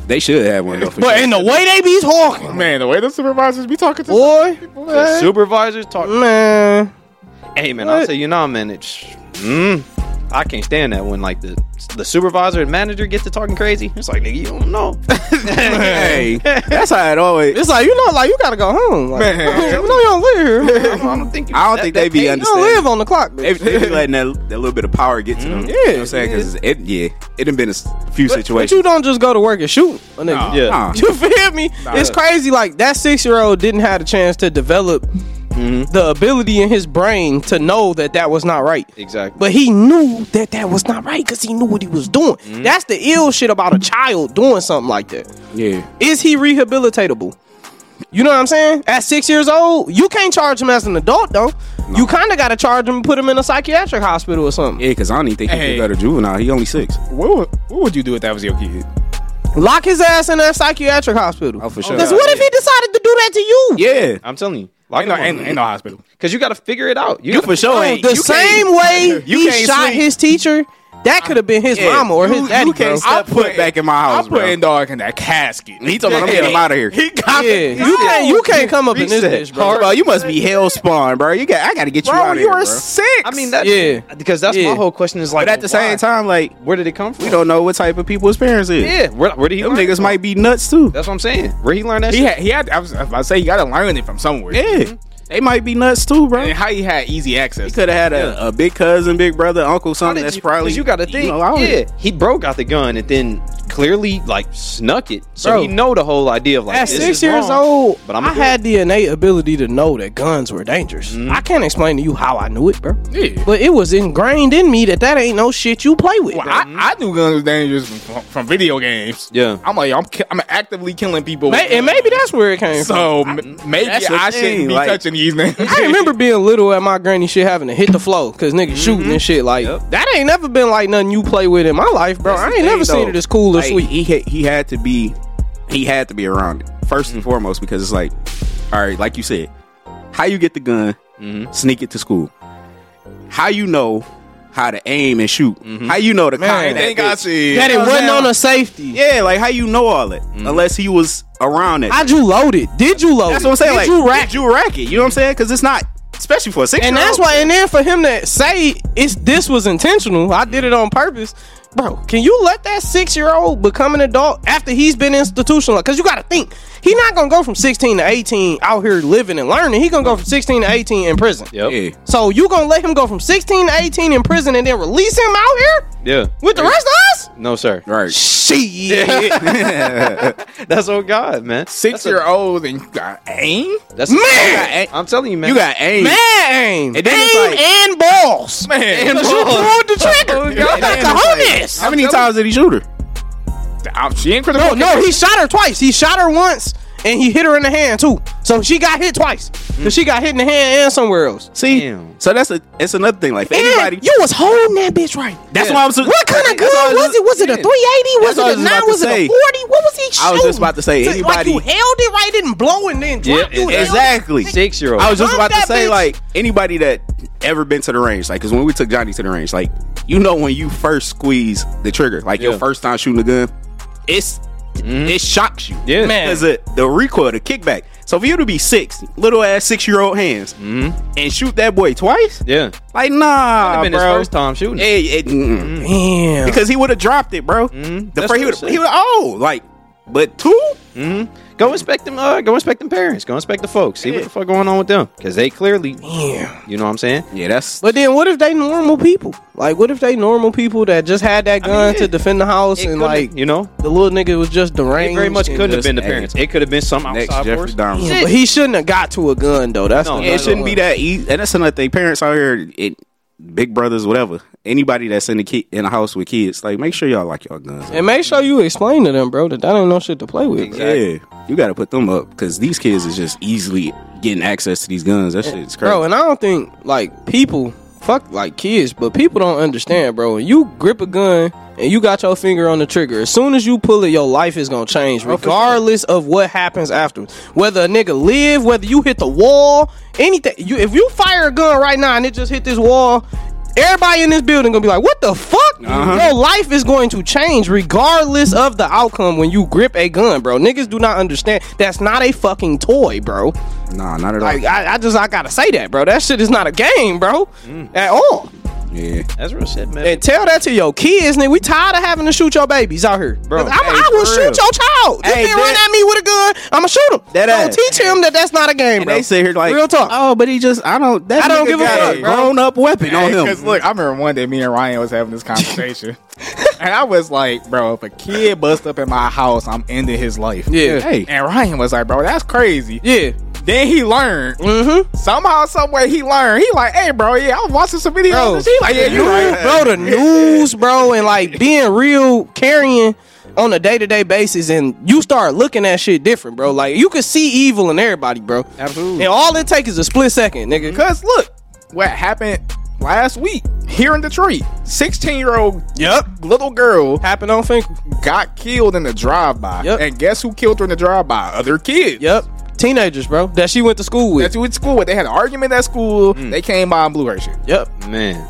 they should have one though for But sure. in the way they be talking, Man, the way the supervisors be talking to boy, people, man. Supervisors talk. man. Hey man, What? I'll say you know, man. It's mm, I can't stand that when like the the supervisor and manager get to talking crazy. It's like nigga, you don't know. hey that's how it always It's like you know, like you gotta go home. Like, Man. you know you don't live here. I don't think you- I don't that- think that they be paid- You don't understand live on the clock. they, Bitch. they be letting that, that little bit of power get to them you know what Yeah. I'm saying because it Mm-hmm. yeah it done been a s- few But situations you don't just go to work and shoot a nigga. Nah. Yeah. Nah. You feel me? It's crazy. Like that six year old didn't have the chance to develop Mm-hmm. the ability in his brain to know that that was not right. Exactly. But he knew that that was not right because he knew what he was doing. Mm-hmm. That's the ill shit about a child doing something like that. yeah Is he rehabilitatable? You know what I'm saying? At six years old, you can't charge him as an adult though. You kind of got to charge him and put him in a psychiatric hospital or something. yeah because I don't even think he Hey. could go to juvenile he only six What would, what would you do if that was your kid? Lock his ass in that psychiatric hospital. oh for sure Because what if he decided to do that to you? yeah I'm telling you, Ain't no, ain't, ain't no hospital. because you got to figure it out. you for sure ain't Oh, the you same way you he can't shot sleep. his teacher, that could have been his yeah, mama or you- his you daddy. can't bro. stop- I put back in my house, I'm bro. putting dog in that casket. he talking about I'm getting him out of here He got Yeah, it. you can't you can't come up in this bitch, Reset. bro. Bro, you must be hell spawn, bro. You got I gotta get you Bro, out of you here, bro. are six. I mean, that, Yeah. because that's Yeah. my whole question is like, But at the why? same time, like where did it come from? we don't know what type of people his parents is. Yeah, where, where did he? Them learn it niggas from? might be nuts too. That's what I'm saying. Where he learned that? he shit? had, he had. I was about to say, you got to learn it from somewhere. Yeah. They might be nuts too, bro. And how he had easy He access. could have had a, a big cousin, big brother, uncle, How something did that's you- 'cause probably you got to think. know, out yeah, here. he broke out the gun and then clearly like snuck it, so Bro. he know the whole idea of like At this six is years wrong. old, but but I'ma I do had the innate ability to know that guns were dangerous. I can't explain to you how I knew it, bro. Yeah. But it was ingrained in me that that ain't no shit you play with. Well, bro. I, I knew guns was dangerous from, from video games. Yeah. I'm like, I'm ki- I'm actively killing people. May- and maybe that's where it came from. so m- maybe That's the I thing, shouldn't be like- touching these names. I remember being little at my granny shit having to hit the floor because niggas shooting and shit. Like, Yep. that ain't never been like nothing you play with in my life, bro. I ain't never seen it as cool or Like, sweet. He had, he had to be he had to be around it. 1st and foremost, because it's like, all right, like you said, how you get the gun, sneak it to school. How you know how to aim and shoot. How you know the Man. kind Thank God, see. That it know what I'm wasn't saying? on a safety. Yeah, like how you know all that? Unless he was around it. How'd you load it? Did you load That's it? what I'm saying. Did like, you rack did you rack it? You know what I'm saying? Because it's not, especially for a six. And that's why, and then for him to say it's this was intentional, I did it on purpose, bro. Can you let that six year old become an adult after he's been institutionalized? Because you got to think he not gonna go from sixteen to eighteen out here living and learning. He gonna go from sixteen to eighteen in prison. Yep. Yeah. So you gonna let him go from sixteen to eighteen in prison and then release him out here Yeah. with the rest of us? No, sir. Right. Shit. That's oh God, man. Six year old and uh, you got aim? That's Man! I'm telling you, man. You got aim. And Man, then aim it's like- and balls. Man. Because you pulled the trigger. Oh, you God. got cojones. How many times did he shoot her? I- she ain't critical. No, no, he shot her twice. He shot her once, and he hit her in the hand too. So she got hit twice. 'Cause she got hit in the hand and somewhere else. See, Damn. so that's a it's another thing. Like for And anybody, you was holding that bitch right. that's why I'm. So, What kind of gun was it? Was it a 380? Was That's what I was it a just 9? about Was to it say. a 40? What was he I shooting? was just about to say, So, Like anybody- you held it right, didn't blow and then dropped Yeah, you. held it. Exactly. Six year old. I was just Pump about to that say, bitch. like anybody that ever been to the range, like because when we took Johnny to the range, like you know when you first squeeze the trigger, like Yeah. your first time shooting a gun, it's Mm-hmm. it shocks you, Yeah. Man. because the the recoil, the kickback. So for you to be six, little ass six year old hands, Mm-hmm. and shoot that boy twice, Yeah. like nah, been his Ah, bro. first time shooting. Hey, it- mm-mm. Mm-hmm. Damn. because he would have dropped it, bro. The That's first he what would I'm saying. he would oh like, but two, Go inspect them. Uh, go inspect them parents. Go inspect the folks. See what the fuck going on with them because they clearly. Damn. You know what I'm saying? yeah, that's But then what if they normal people? Like what if they normal people that just had that gun yeah. to defend the house It and couldn't- like you know, the little nigga was just deranged? it very much and couldn't have just- been the just- parents. It could have been some next outside Jeffrey force. Dahmer. Yeah, but he shouldn't have got to a gun though. That's No, the- no, it shouldn't that's be that easy. And that's another thing. Parents out here, it, big brothers, whatever. Anybody that's in the ki- in a house with kids, like make sure y'all like y'all guns. And make sure you explain to them, bro, that that ain't no shit to play with. bro. Yeah, you got to put them up because these kids is just easily getting access to these guns. That shit's crazy. Bro, and I don't think like people fuck like kids, but people don't understand, bro. When you grip a gun and you got your finger on the trigger, as soon as you pull it, your life is gonna change, regardless of what happens afterwards. Whether a nigga live, whether you hit the wall, anything. You if you fire a gun right now and it just hit this wall. Everybody in this building gonna be like, "What the fuck?" Your life is going to change regardless of the outcome when you grip a gun, bro. Niggas do not understand. That's not a fucking toy, bro. nah, not at all. Like I, I just I gotta say that, bro. That shit is not a game, bro, at all. yeah, That's real shit, man. And tell that to your kids, nigga. We tired of having to shoot your babies out here, I'm, Bro, hey, I will for shoot real. your child. You Hey, can't run that- at me with a gun. I'ma shoot him. That Don't ass. teach him that that's not a game, and bro. they sit here like real talk. Oh, but he just I don't. That I don't nigga give a got fuck, bro. Grown up weapon on Because him. look, I remember one day me and Ryan was having this conversation, and I was like, "Bro, if a kid busts up in my house, I'm ending his life." Yeah. Hey, And Ryan was like, "Bro, that's crazy." yeah. Then he learned Mm-hmm. somehow, some way he learned. He like, "Hey, bro, yeah, I was watching some videos." Bro, and she like, "Yeah, you right, bro, the news, bro, and like being real, carrying on a day to day basis, and you start looking at shit different, bro. Like you can see evil in everybody, bro. Absolutely. And all it takes is a split second, nigga. Because look, what happened last week here in Detroit? 16 year old Yep. little girl Happened on Finkel. got killed in the drive by. Yep. And guess who killed her in the drive by? Other kids. Yep. Teenagers, bro, that she went to school with. That's who at school. They had an argument at school. Mm. They came by and blew her shit. yep. man,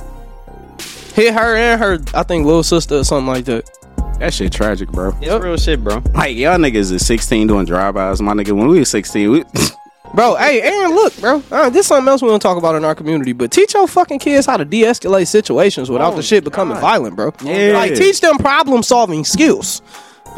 Hit her and her, I think, little sister or something like that. that shit tragic, bro. it's real shit, bro. Like y'all niggas is 16 doing drive-bys. My nigga, when we was 16, we, Bro, hey, Aaron, look, bro. Uh, this something else we don't talk about in our community, but teach your fucking kids how to de escalate situations without the shit becoming violent, bro. Yeah. Like, teach them problem solving skills.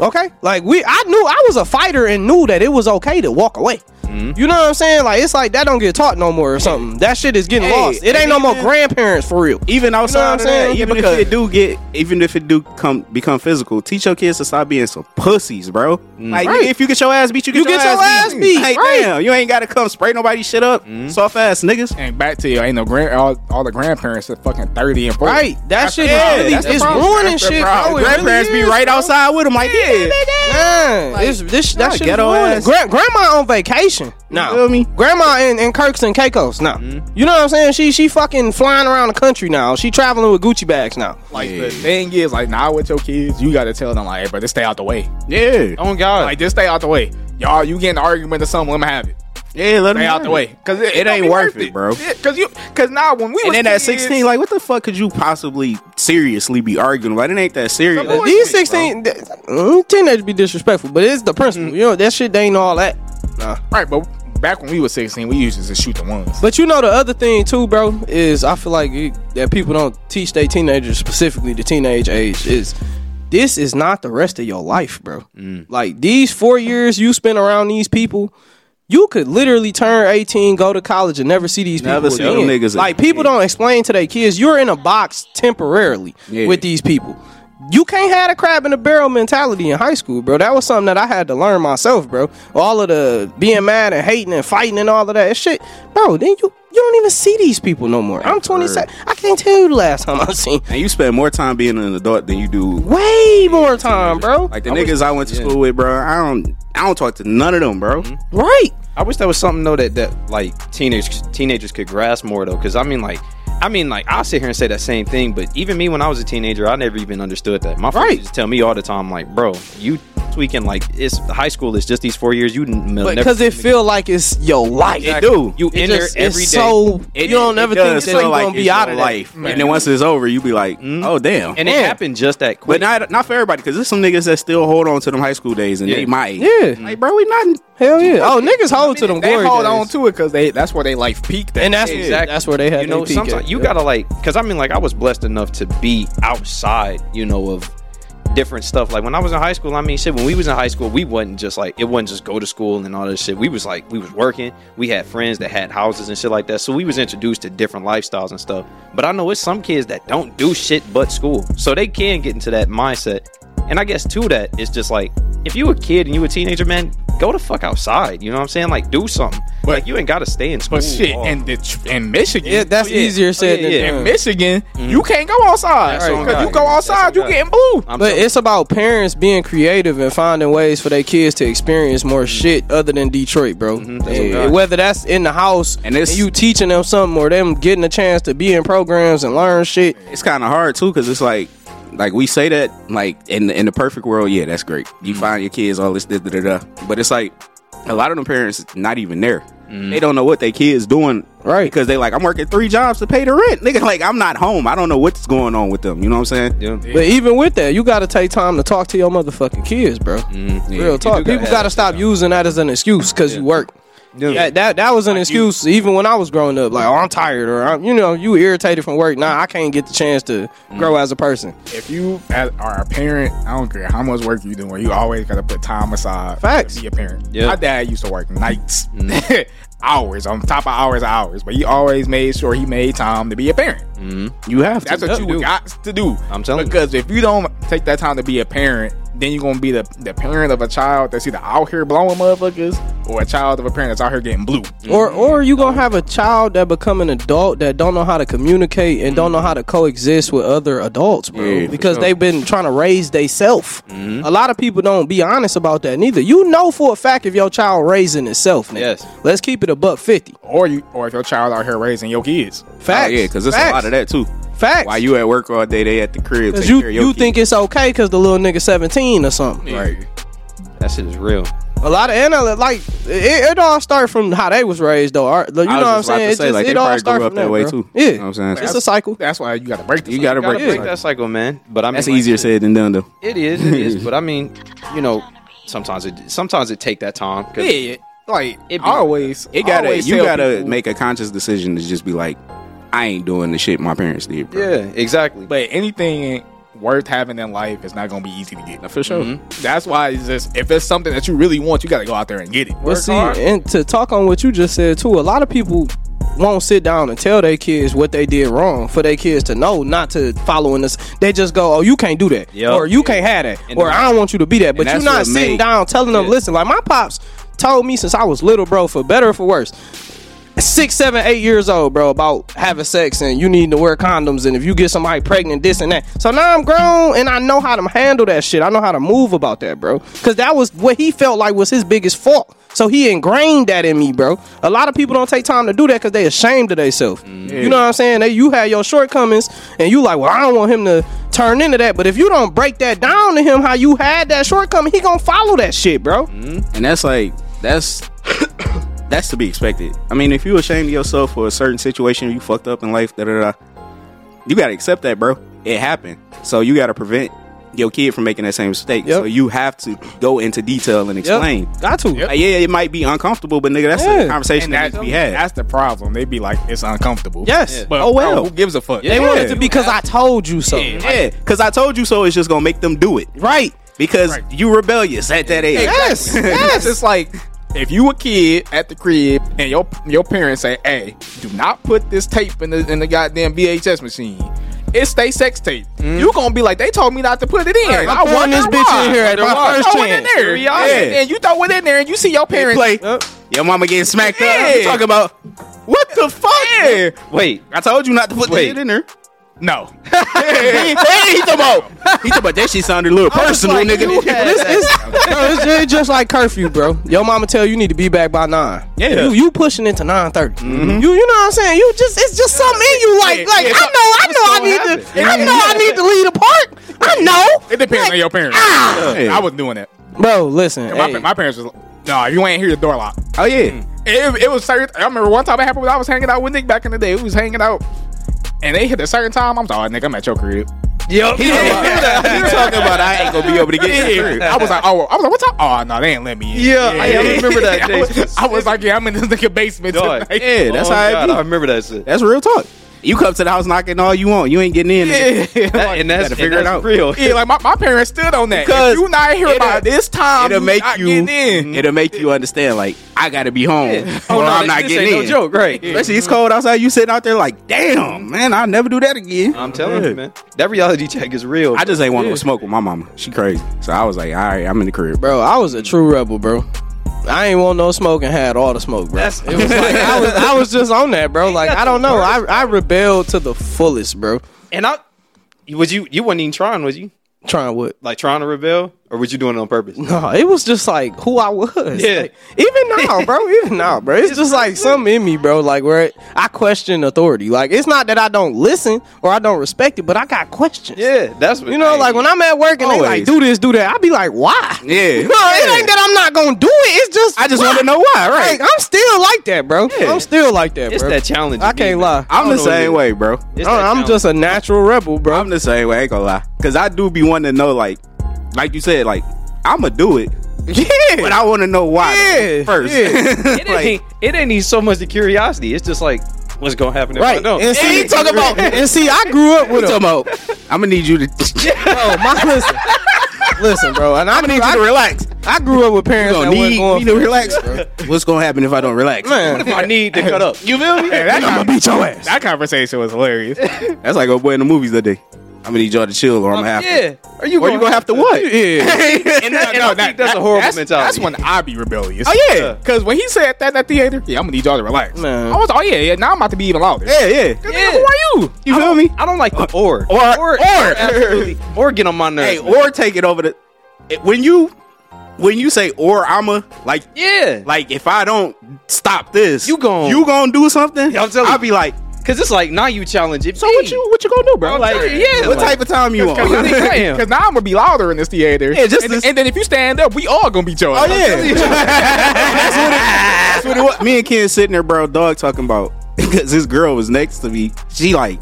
Okay? Like, we, I knew I was a fighter and knew that it was okay to walk away. You know what I'm saying? Like, it's like that don't get taught no more or something. That shit is getting Hey, lost. It ain't no more even- grandparents for real. even outside what I'm of saying? that, even Because- if it do get, even if it do come become physical, teach your kids to stop being some pussies, bro. Like Mm. Right. if you get your ass beat, you get, You your, get your ass, ass beat. beat, Hey, right. Mm-hmm. damn, you ain't gotta come spray nobody's shit up, soft ass niggas. And back to you, ain't no grand all, all the grandparents are fucking 30 and 40. Right. That That's the shit problem. really That's the is problem. ruining That's the shit, problem. bro. It really Grandparents is, be right bro. outside with them, like yeah. Nah, it's, this that nah, shit ghetto is ruined. ass. Gra- grandma on vacation. Nah, feel me? grandma in, in Kirks and Caicos. Nah, Mm-hmm. you know what I'm saying? She she fucking flying around the country now. She traveling with Gucci bags now. Like the thing is, like now with your kids, you gotta tell them like, hey, bro, just stay out the way. yeah, Oh God, Like just stay out the way. Y'all, you get in an argument or something, let me have it. yeah. Let them Stay out the way. Cause it, It don't ain't be worth it, bro. Yeah, Cause you cause now when we And was then at kids- 16, like what the fuck could you possibly seriously be arguing about? It ain't that serious. Come on. Bullshit, These 16 th- mm, teenagers be disrespectful, but it's the Mm-hmm. principle. You know that shit. They ain't all that. Right, but back when we was 16, we used to just shoot the ones. But you know the other thing too, bro, is I feel like it, that people don't teach their teenagers specifically the teenage age is this is not the rest of your life, bro. Mm. Like these four years you spend around these people, you could literally turn eighteen, go to college, and never see these Never people see them again. niggas like again. people don't explain to their kids you're in a box temporarily Yeah. with these people. You can't have a crab in a barrel mentality in high school, bro. That was something that I had to learn myself, bro. All of the being mad and hating and fighting and all of that shit, bro. Then you you don't even see these people no more. I'm 27. I can't tell you the last time I seen. And you spend more time being an adult than you do. Way more time, bro. Like the niggas I went to school with, bro. I don't, I don't talk to none of them, Mm-hmm. bro. right? I wish that was something though that that like teenagers teenagers could grasp more though, because I mean like I mean like I'll sit here and say that same thing, but even me when I was a teenager, I never even understood that. My friends Right. used to tell me all the time like, bro, you tweaking like it's high school is just these four years. You n- But never because it feel like it's your life. Exactly. do. you It in just- there every day. it's So It- you don't it ever does think it's feel like, gonna like be it's out your of life. life. And then once it's over, you be like, Mm-hmm. oh damn. and it Yeah. happened just that quick. but not not for everybody, because there's some niggas that still hold on to them high school days and Yeah. they my age. Yeah. Like, bro, we not Hell yeah! Oh, niggas hold to them They glory hold days. on to it because they that's where they life peaked. At. and that's Yeah. exactly. that's where they had. you know their peak sometimes at. you Yeah. gotta like because i mean like i was blessed enough to be outside you know of different stuff like when i was in high school i mean shit when we was in high school we wasn't just like it wasn't just go to school and all this shit we was like we was working we had friends that had houses and shit like that so we was introduced to different lifestyles and stuff but i know it's some kids that don't do shit but school so they can get into that mindset and i guess to that it's just like if you a kid and you a teenager man go the fuck outside you know what i'm saying like do something But- like you ain't gotta stay in school But shit, all in the, in Michigan, Yeah, that's Oh, yeah. easier said Oh, yeah, than yeah. done. oh. in Michigan, you can't go outside That's on because God. you go That's on outside, you God. getting blue. I'm But telling- it's about parents being creative and finding ways for their kids to experience more Mm-hmm. shit other than Detroit, bro. And fact. whether that's in the house And and, it's- you teaching them something or them getting a chance to be in programs and learn shit. it's kind of hard too because it's like like we say that like in the, in the perfect world yeah that's great you find your kids all this da, da, da, da. but it's like a lot of them parents not even there they don't know what their kids doing Right. because they like i'm working three jobs to pay the rent nigga like i'm not home i don't know what's going on with them you know what i'm saying Oh, Yeah. But even with that, you got to take time to talk to your motherfucking kids, bro. Real talk. Mm, do gotta People have got to that stop using that as an excuse because you work. That, that that was an excuse even when I was growing up. Like, oh, I'm tired, or I'm, you know, you irritated from work. Nah, I can't get the chance to Mm. grow as a person. If you as, are a parent, I don't care how much work you doing, you always gotta put time aside. Facts. To be a parent. Yeah. My dad used to work nights, hours on top of hours, and hours, but he always made sure he made time to be a parent. you have to That's what you do. got to do. I'm telling you. because if you don't take that time to be a parent, then you're gonna be the, the parent of a child that's either out here blowing motherfuckers or a child of a parent that's out here getting blue. Or or you gonna have a child that become an adult that don't know how to communicate and don't know how to coexist with other adults, bro. Yeah, for sure. because Mm-hmm. they've been trying to raise they self. A lot of people don't be honest about that neither. You know for a fact if your child raising itself, nigga. Yes. Let's keep it a buck fifty. Or you or if your child out here raising your kids. oh, Facts. yeah because there's a Facts, lot of that too Facts. while you at work all day they at the crib Cause take you care of your you kids. think it's okay because the little nigga seventeen or something. Right. That shit is real. A lot of analysts like it, it all start from how they was raised though. Our- You know I what I'm was just about saying? to It say, just- like, they it all probably start grew up from that way, bro. too. Yeah, You know what I'm saying? it's a cycle. That's why you gotta break this. You gotta Gotta break break it. that cycle, man. But I mean, that's like, easier said than done though It is. It is. but I mean, you know, sometimes it sometimes it take that time. 'cause- Yeah, like It be- always. it gotta always you tell gotta people- make a conscious decision to just be like i ain't doing the shit my parents did bro Yeah. Exactly. But anything worth having in life is not gonna be easy to get. Mm-hmm. for sure That's why it's just if it's something that you really want, you gotta go out there and get it. But see, and to talk on what you just said too, a lot of people won't sit down and tell their kids what they did wrong for their kids to know not to follow in this. They just go, "Oh, you can't do that," Yep. or "You can't have that," And or then- "I don't want you to be that." But you're that's not what sitting made- down telling them, Yeah. "Listen, like my pops told me since I was little, bro, for better or for worse." Six, seven, eight years old, bro, about having sex and you need to wear condoms and if you get somebody pregnant, this and that. So now I'm grown and I know how to handle that shit. I know how to move about that, bro. Cause that was what he felt like was his biggest fault. So he ingrained that in me, bro. A lot of people don't take time to do that because they ashamed of themselves. You know what I'm saying? They, you had your shortcomings and you like, well, I don't want him to turn into that. But if you don't break that down to him how you had that shortcoming, he gonna follow that shit, bro. and that's like that's that's to be expected i mean if you ashamed of yourself for a certain situation you fucked up in life da da da you gotta accept that bro it happened so you gotta prevent your kid from making that same mistake Yep. so you have to go into detail and Yep. explain Got to. Like, yeah it might be uncomfortable but nigga that's Yeah. a conversation And that that, needs to be had that's the problem. They be like, it's uncomfortable. Yes. But Oh, oh well. well. who gives a fuck? They Yeah. want it to be because I told you so. yeah because i told you so it's just gonna make them do it Right. because Right. you rebellious at that age Yes. Yes, yes. it's like if you a kid at the crib and your your parents say, "Hey, do not put this tape in the in the goddamn VHS machine." It's they sex tape. You gonna be like, they told me not to put it in. Mm-hmm. I'm I throwing wonder this bitch why. in here at the Why? first Throw it in chance. there. Yeah. And you throw it in there, and you see your parents play. Yep. Your mama getting smacked up. Yeah. You talking about what the fuck? Wait, I told you not to put that Wait. shit in there. No, hey, he talking about he talking about that shit sounded a little personal, nigga. It's, it's- bro, it's- it's just like curfew, bro. Your mama tell you need to be back by nine. Yeah. Mm-hmm. you, you pushing it to nine You you know what I'm saying? You just it's just something in you like Yeah, like yeah, I know I know I need happen. to I know I need to leave the park. I know, it depends on your parents. Ah! Yeah. I was doing that. bro. Listen, My, hey, pa- my parents was like, no, if you ain't here, the door locked. Oh yeah. It, it was certain. I remember one time it happened. When I was hanging out with Nick back in the day. We was hanging out, and they hit a certain time. I'm like, "All right, Nick, I'm at your crib." He, talking about- he talking about I ain't gonna be able to get in the crib. I was like, "Oh, I was like, what's up? Oh no, they ain't let me in." Yeah, I- I remember that I day was, I was like, "Yeah, I'm in this nigga basement." Dog. tonight." Yeah, that's oh how God, it I be. remember that shit. That's real talk. You come to the house knocking all you want. You ain't getting in. nigga. Yeah. That- and that's, gotta and figure it that's out. real. Yeah, like my, my parents stood on that. Because if you not here it'll- by this time, It'll you make not you. getting in. It'll make you understand. Like I gotta be home, Oh, or no, I'm this not ain't getting no in. joke, right? Especially it's cold outside. You sitting out there like, damn, man, I'll never do that again. I'm telling you, man. That reality check is real. I just ain't want no smoke with my mama. She crazy. So I was like, all right, I'm in the crib. bro. I was a true rebel, bro. I ain't want no smoke and had all the smoke, bro. That's- it was like I was I was just on that, bro. Like I don't know, I I rebelled to the fullest, bro. and I was you you wasn't even trying, was you? Trying what? Like trying to rebel, or was you doing it on purpose? No, it was just like who I was. Yeah. Like, even now, bro. Even now, bro. It's just like something in me, bro. Like where it- I question authority. Like it's not that I don't listen or I don't respect it, but I got questions. Yeah, that's what You know, like when I'm at work and they like Always. do this, do that, I be like, why? Yeah. No, it ain't that I'm not gonna do it. It's just I just why? want to know why, right? Like, I'm still like that, bro. I'm still like that, it's bro. that challenge. I can't lie. I'm the I don't know what it same is. way, bro. Oh, I'm, I'm just a natural rebel, bro. I'm the same way. I ain't gonna lie, cause I do be wanting to know, like, like you said, like I'ma do it, yeah, but I want to know why though, Yeah, first. yeah. It ain't, it ain't even so much the curiosity. It's just like what's gonna happen if I right. don't. And see, you talking about- and see, I grew up with a I'm gonna need you to. bro. My listen, listen, bro. And I, I'm gonna need I, you to relax. I grew up with parents You that gonna wasn't need going me to relax. What's gonna happen if I don't relax? Man. If I need to cut up. You feel me? Yeah, that, con- beat your ass. that conversation was hilurious. That's like old boy in the movies that day. I'm gonna need y'all to chill, Uh, or I'm gonna have Yeah. Are you? to. Or you gonna have to what? Yeah. And, that, and No, I that- think that's a that- horrible that's, mentality. That's when I be rebellious. Oh yeah, Yeah. Because when he said that at the theater, yeah, I'm gonna need y'all to relax. Man. I was, oh yeah, yeah. Now I'm about to be even louder. yeah, yeah. Yeah. Who are you? You feel me? I don't like the or Or- or- absolutely. or get on my nerves. Hey, man. or take it over the it- when you when you say or I'ma like yeah, like if I don't stop this, You gon- you gonna do something. Yeah, I'm telling I'll you. be like, because it's like now you challenge it. So what you what you gonna do, bro? I'm like, yeah, what like- type of time you Cause, on? I am. Cause now I'm gonna be louder in this theater. Yeah, just and, this- and then if you stand up, we all gonna be your Oh yeah, that's what it, that's what it was. Me and Ken sitting there, bro, dog talking about because this girl was next to me. She like,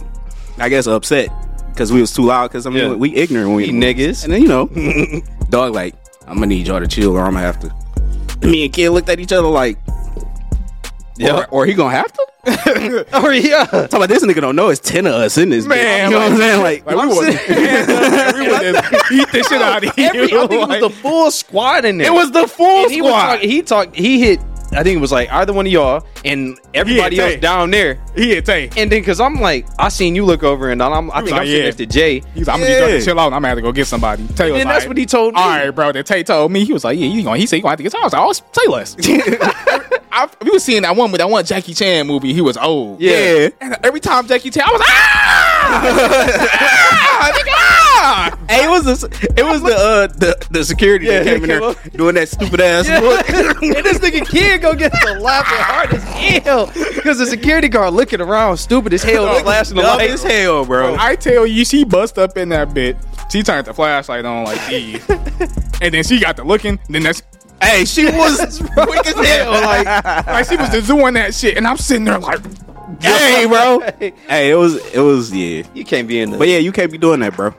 I guess upset because we was too loud. Because I mean, Yeah. we ignorant when we You niggas. And then you know, dog like, I'm gonna need y'all to chill, or I'm gonna have to. Me and Ken looked at each other like, Yeah. or, or he gonna have to. Or yeah. Talk about this nigga don't know it's ten of us in this Bitch. You Man, know what I'm saying? Like, Like we would, we would just beat the shit out of you. Every, I think it was Like, the full squad in there. it was the full and he was squad. talk, he talked. He hit. I think it was like either one of y'all and everybody Yeah, else Tay. down there. He had take. And then because I'm like, I seen you look over and I'm. I was think like, I'm sitting yeah. next to Jay. He's like, I'm gonna need y'all Yeah. to chill out. and I'm gonna have to go get somebody. Tay was like, then that's what he told me. All right, bro. Then Tay told me he was like, yeah, you gonna. He said you gonna have to get somebody. I was like, oh, say less. I, we was seeing that one with that one Jackie Chan movie. He was old. Yeah. And every time Jackie Chan, I was ah, ah, nigga, ah! Hey, it was the it was the uh, the the security that Yeah, came in came there up. doing that stupid ass look. and this nigga kid go get the laughing hard as hell because the security guard looking around stupid as hell, flashing the Dumb light. as hell, bro. I tell you, she bust up in that bit. She turned the flashlight on like these, and then she got to looking. Then that's Hey, she was quick as hell. Like, like she was just doing that shit, and I'm sitting there like, hey, bro. Hey, it was it was yeah. You can't be in there. But yeah, you can't be doing that, bro.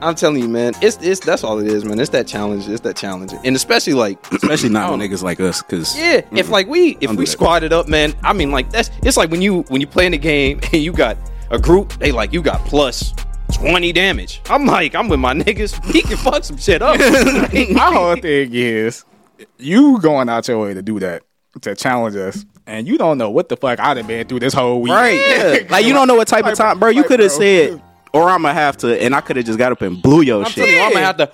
I'm telling you, man, it's it's that's all it is, man. It's that challenge. It's that challenge, and especially like, Especially not Oh. with niggas like us, cause yeah, if like we if Don't do we that. squatted up, man. I mean, like that's it's like when you when you play in the game and you got a group, they like you got plus. 20 damage. I'm like, I'm with my niggas. He can fuck some shit up. My whole thing is, you going out your way to do that to challenge us, and you don't know what the fuck I done been through this whole week. right, like you don't know what type of time, bro. You Like, could have bro. said or I'm gonna have to, and I could have just got up and blew your I'm telling you, shit. I'm gonna have to.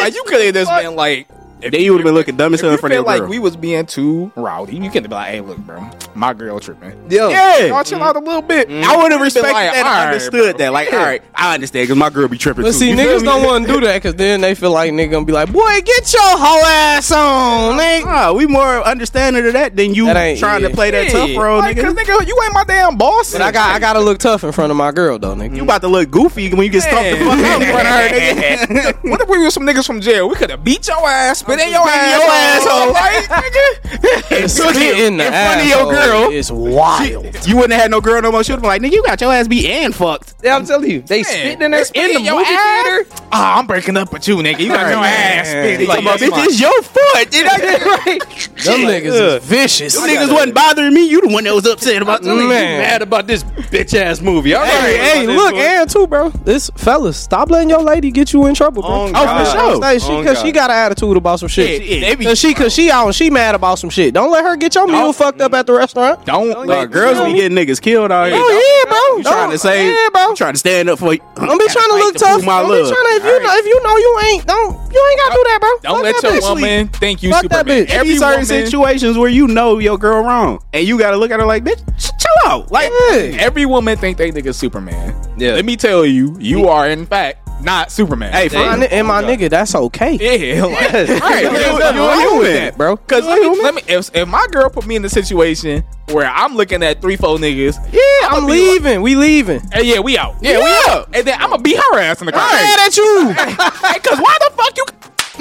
Like, you could have just been like. If Then you would have been looking dumb as if hell you in front of feel your like girl. we was being too rowdy, you could have been like, "Hey, look, bro, my girl tripping." Yeah. yeah, Mm-hmm. y'all chill out a little bit. I would have respected like, that. and "Alright, understood bro." that. Like, Yeah. all right, I understand because my girl be tripping. But too. see, You feel niggas me? don't want to do that because then they feel like nigga gonna be like, boy, get your whole ass on, nigga. Nah, we more understanding of that than you That ain't- trying yeah. to play that Yeah. tough role, Like, nigga. Cause nigga, you ain't my damn boss. But I got I gotta look tough in front of my girl though, You nigga. about to look goofy when you get stumped the fuck out in front of her, nigga. what if we were some niggas from jail? We could have beat your ass, spit in your ass, your asshole. right, nigga? Spit in the in front of your asshole girl. is wild. You wouldn't have had no girl no more. She would have been like, nigga, you got your ass beat and fucked. Yeah, I'm telling you, they spitting in there, spit in the in your movie ass? theater. Ah, I'm breaking up with you, nigga. You got your ass spit. in Like, your- bitch, it's your fault. Did I- Them niggas is vicious. Them niggas wasn't bothering me. You the one that was upset about Man. about this bitch ass movie. All Hey, hey, look, and too, bro. This fellas, stop letting your lady get you in trouble, bro. Oh, God. Hey, she, Oh, cause she God. got an attitude about some shit. Yeah, they be- Cause she, cause she out, and she mad about some shit. Don't let her get your meal fucked up at the restaurant. Don't Nah, let girls girls. be getting niggas killed out here. Oh yeah, bro. You trying to say? Yeah, bro. You trying to stand up for? Don't be trying to look tough. My Don't love. be trying to if you know, if you know you ain't don't you ain't gotta do that, bro. Don't Fuck that let your bitch. woman think you Fuck that Superman. bitch. There Every be certain woman, situations where you know your girl wrong, and you gotta look at her like, bitch, ch- chill out. Like, Yeah. every woman think they nigga Superman. Yeah. Let me tell you, you are in fact not Superman. hey, My fine. ni- and my nigga, that's okay. yeah, like, right, There's you- nothing you a wrong human. with that, bro. Cause You let a me, human. let me if, if my girl put me in the situation where I'm looking at three, four niggas, Yeah, I'm leaving. we leaving. hey, yeah, we out. Yeah, we out. And then I'm gonna beat her ass in the car. I'm mad at you, Hey, cause why the fuck you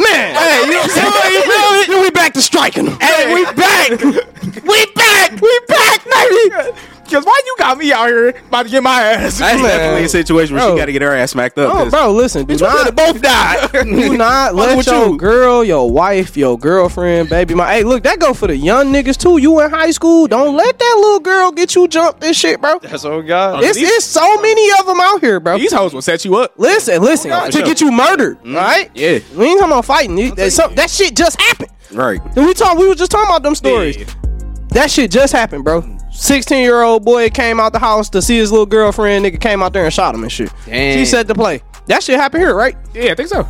man. Hey, you we back to striking them. Hey, we back. We back! We back, baby! Cause why you got me out here about to get my ass? Oh. That's Man. definitely a situation where Bro. she gotta get her ass smacked up. Oh, 'cause bro, listen, do We coulda not, both died. do not let with your you. girl, your wife, your girlfriend, baby, my. Hey, look, that go for the young niggas too. You in high school, don't let that little girl get you jumped and shit, bro. That's all God. It's, it's so many of them out here, bro. These hoes will set you up. Listen, listen, to sure. get you murdered, right? Yeah. We ain't talking about fighting. It- That, some- that shit just happened. Right. And we talk, we was just talking about them stories. Yeah. That shit just happened, bro. 16 year old boy came out the house to see his little girlfriend. Nigga came out there and shot him and shit. Damn. She said to play. That shit happened here, right? Yeah, I think so.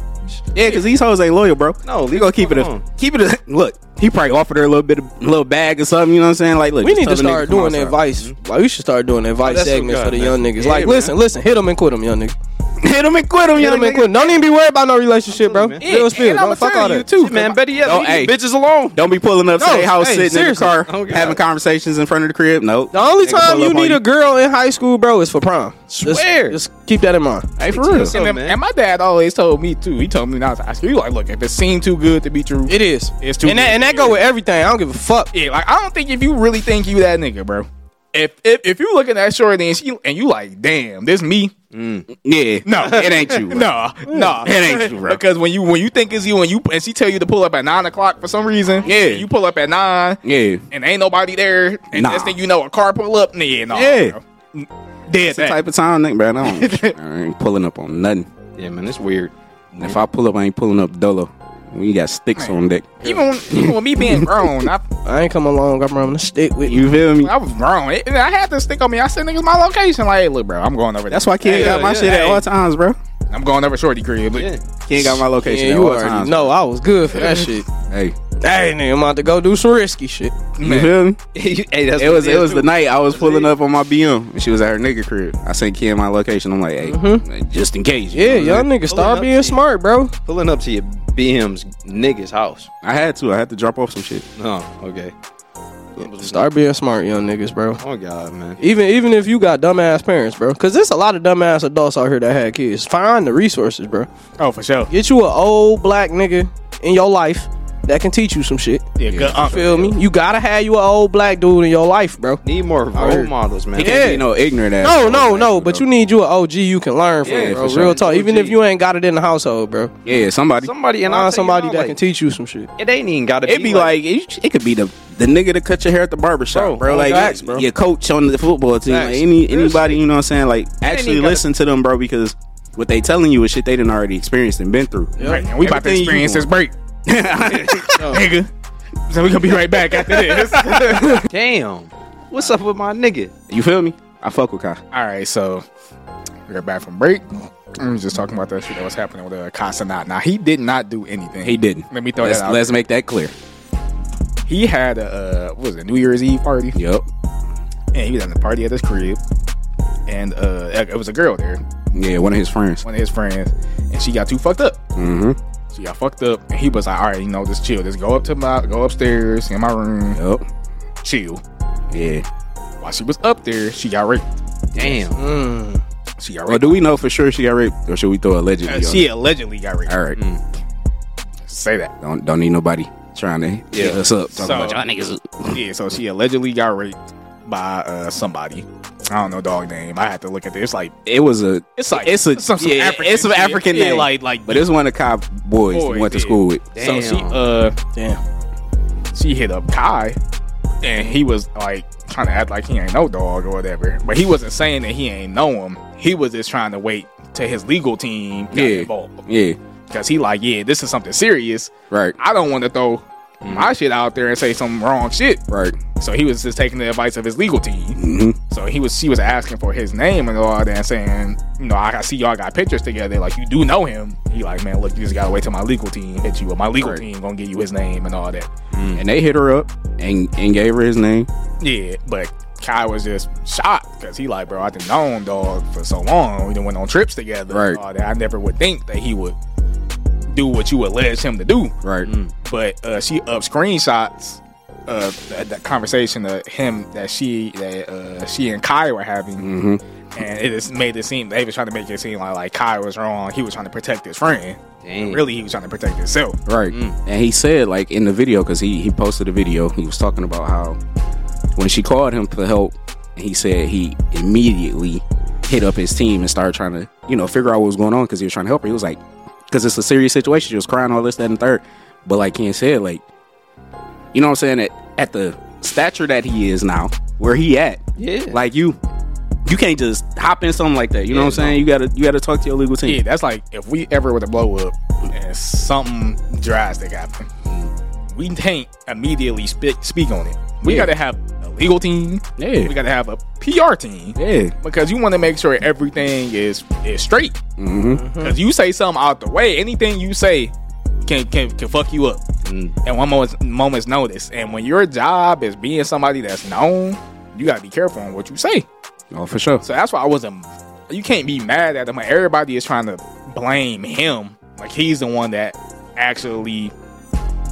Yeah, because these hoes ain't loyal, bro. No, you gonna keep it. A, alone. keep it. A, look, he probably offered her a little bit, of little bag or something. You know what I'm saying? Like, look, We just need tell the to nigga start come doing outside. advice. Like, we should start doing advice that's what segments got, for the man. young niggas. Yeah, like, man. listen, listen, hit them and quit them, young nigga. Hit him and quit him, Hit young them and nigga. quit 'em. Don't even be worried about no relationship, bro. man. Real spirit. Don't fuck all that. too, Man, better yet, Oh, leave these hey. bitches alone. Don't be pulling up to No, their house, hey, sitting seriously. in the car, Oh, God. having conversations in front of the crib. No, The only They gonna time pull you up on need a girl in high school, bro, is for prom. Just, Swear. just keep that in mind. Hey, for real. So, and, man. and my dad always told me too. He told me not to ask you. He Like, look, if it seemed too good to be true, It is. It's too And that, good. and that go with everything. I don't give a fuck. yeah. Like, I don't think if you really think you that nigga, bro. If if, if you looking at shorty and she and you like, damn, this me. Yeah, No, it ain't you. No, Nah, nah, It ain't you, bro. Because when you when you think it's you and you and she tell you to pull up at nine o'clock for some reason, Yeah. you pull up at nine, yeah, and ain't nobody there, and Nah. next thing you know, a car pull up. Nah, yeah, nah, Yeah. bro. N- Dead the that. type of time, nigga, bro. I, don't, I ain't pulling up on nothing. Yeah, man, it's weird. And if I pull up, I ain't pulling up dolo. We got sticks on deck. even, when, even with me being grown, I, I ain't come along. I'm running a stick with you. You feel me? I was grown. It- and I had this stick on me. I said, niggas, my location. Like, hey, look, bro, I'm going over there. That's why kid Yeah, got my yeah, shit at hey. all times, bro. I'm going over Shorty Crib. Like, Yeah. Kid got my Yeah, location at you all already times. know I was good for that shit. Hey, Hey, nigga, I'm about to go do some risky shit. you feel me? hey, that's It was it was the night. night I was pulling up on my BM and she was at her nigga crib. I sent Kim my location. I'm like, hey, just in case. you Yeah, know what y'all I'm saying? niggas Pulling start up being to- smart, bro. Pulling up to your BM's nigga's house. I had to. I had to drop off some shit. Oh, okay. Start being smart, young niggas, bro. Oh God, man. Even even if you got dumbass parents, bro, because there's a lot of dumbass adults out here that had kids. Find the resources, bro. Oh, for sure. Get you an old black nigga in your life that can teach you some shit. Yeah, good uncle. Feel me? You gotta have you an old black dude in your life, bro. Need more role heard. models, man. He can't Yeah. be no ignorant ass. No, no, Like, no. But bro. you need you an OG you can learn from, Yeah, bro. for sure. Real talk. Even OG. if you ain't got it in the household, bro. Yeah, somebody. Somebody and I'll Find tell you somebody now, that like, can teach you some shit. It ain't even gotta It'd be like, it, it could be the the nigga that cut your hair at the barbershop, Bro, bro. oh, Like facts, bro. your coach on the football team, like Facts. any Real anybody, shit. you know what I'm saying? Like ain't actually even gotta- listen to them, bro, because what they telling you is shit they didn't already experienced and been through. Right, and we about to Everything you experience this doing. break. Nigga. So we gonna be right back after this. All damn. What's up with my nigga? You feel me? I fuck with Kai. right, so We got back from break. I was just talking about that shit that was happening with uh, Casanat. Now he did not do anything. He didn't. Let me throw let's, that out. Let's make that clear. He had a uh, what was it New Year's Eve party, Yep. and he was at the party at his crib, and uh, it was a girl there, Yeah, one of his friends. one of his friends, and she got too fucked up. Mm-hmm. She got fucked up, and he was like, "All right, you know, just chill. Just go up to my go upstairs in my room, Yep. chill." Yeah. While she was up there, she got raped. Damn. Mm. She got Well, raped. do we know for sure she got raped, or should we throw allegedly? Uh, on she Mm. it? allegedly got raped. All right. Say that. Don't don't need nobody trying to hit us up talking So- about y'all niggas. Yeah, so she allegedly got raped by uh, somebody. I don't know dog name. I had to look at this. It's like It was a. it's like It's a some, some yeah, African it's some shit. African yeah, name. like like But it's one of the cop boys, Boys, he went to yeah. school with. so Damn. she uh Damn. she hit up Kai, and he was like trying to act like he ain't no dog or whatever. But he wasn't saying that he ain't know him. He was just trying to wait till his legal team got Yeah. involved Yeah. because he like, yeah, this is something serious. Right. I don't want to throw Mm. my shit out there and say some wrong shit. Right. So he was just taking the advice of his legal team. hmm So he was, she was asking for his name and all that, and saying, you know, I, I see y'all got pictures together. Like you do know him. He like, man, look, you just gotta wait till my legal team hit you. Or my legal Right. team gonna give you his name and all that. And they hit her up and and gave her his name. Yeah, but Kai was just shocked because he like, bro, I didn't know him, dog, for so long. We done went on trips together. and Right. all that. I never would think that he would do what you allege him to do. Right. But uh, she up screenshots of that, that conversation of him that she that uh, she and Kai were having. Mm-hmm. And it just made it seem they was trying to make it seem like like Kai was wrong. He was trying to protect his friend. Damn. Really, he was trying to protect himself. Right. And he said, like, in the video, because he, he posted a video, he was talking about how when she called him for help, and he said he immediately hit up his team and started trying to, you know, figure out what was going on because he was trying to help her. He was like, because it's a serious situation. She was crying, all this, that, and the third. But, like Ken said, like, you know what I'm saying? At, at the stature that he is now, where he at, Yeah. like, you. You can't just hop in something like that. You know what Yeah, I'm saying? You gotta you gotta talk to your legal Yeah, team. that's like if we ever were to blow up and something drastic happened, we can't immediately speak speak on it. We Yeah. gotta have a legal team. Yeah. We gotta have a PR team. Yeah. Because you want to make sure everything is is straight. hmm Mm-hmm. Because you say something out the way, anything you say can can, can fuck you up. Mm. And one moment, moment's notice. And when your job is being somebody that's known, you gotta be careful on what you say. Oh, for sure. So that's why I wasn't. You can't be mad at him. Like, everybody is trying to blame him. Like he's the one that actually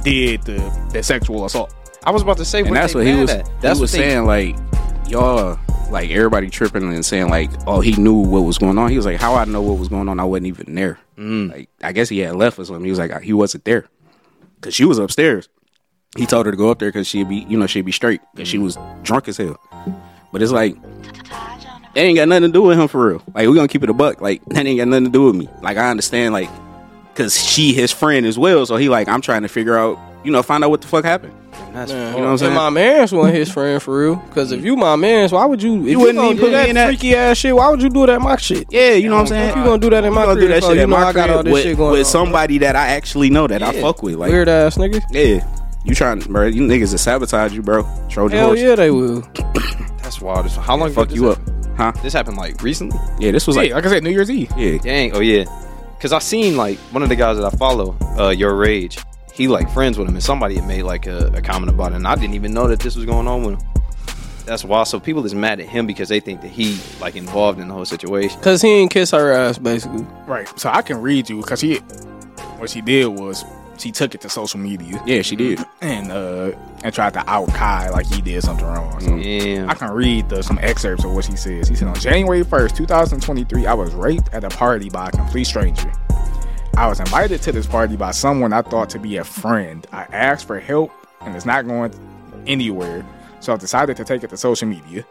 did the, the sexual assault. I was about to say, and what that's they what he mad was. at? That's That's he was what they- saying like, y'all, like everybody tripping and saying like, oh, he knew what was going on. He was like, how I know what was going on? I wasn't even there. Mm. Like, I guess he had left or something. He was like, he wasn't there because she was upstairs. He told her to go up there because she'd be, you know, she'd be straight because Mm. she was drunk as hell. But it's like, that ain't got nothing to do with him for real. Like, we gonna keep it a buck. Like, that ain't got nothing to do with me. Like, I understand, like, because she his friend as well. So he, like, I'm trying to figure out, you know, find out what the fuck happened. That's Man. what I'm saying? And my man's one his friend for real. Because if you my man's, why would you? If you, wouldn't gonna even do put me that, in that- freaky ass shit. Why would you do that at my shit? Yeah, you know what I'm saying? If you gonna do that in my You gonna crib, do that so shit you at know my I got crib all this with, shit going with on. somebody that I actually know that I fuck with. Like, Weird ass nigga. yeah, you trying, bro? You niggas to sabotage you, bro? Trojan Hell horse, yeah, they will. that's wild. as fuck. How long ago fuck did you this up, happen? huh? This happened like recently. Yeah, this was Yeah, like, like, I said, New Year's Eve. yeah, Dang. Oh yeah. Cause I seen like one of the guys that I follow, uh, Your Rage. He like friends with him, and somebody had made like a, a comment about it, and I didn't even know that this was going on with him. That's why. So people is mad at him because they think that he like involved in the whole situation. Cause he ain't kiss her ass basically. Right. So I can read you because he what she did was she took it to social media yeah. She did. and uh and tried to out Kai like he did something wrong. So I Yeah. can read the, some excerpts of what she says. He said, On January 1st, 2023, I was raped at a party by a complete stranger. I was invited to this party by someone I thought to be a friend. I asked for help, and it's not going anywhere, so I decided to take it to social media.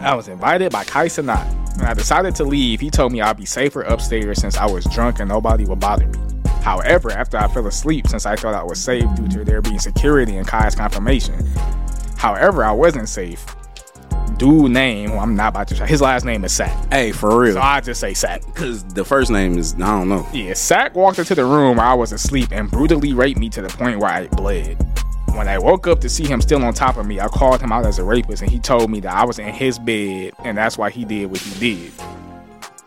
I was invited by Kai Sanat. When I decided to leave, he told me I'd be safer upstairs since I was drunk and nobody would bother me. However, after I fell asleep, since I thought I was safe due to there being security and Kai's confirmation, However, I wasn't safe. Dude name, well, I'm not about to try. His last name is Sack. Hey, for So real, I just say Sack. because the first name is I don't know. Yeah, Sack walked into the room where I was asleep and brutally raped me to the point where I bled. When I woke up to see him still on top of me, I called him out as a rapist and he told me that I was in his bed and that's why he did what he did.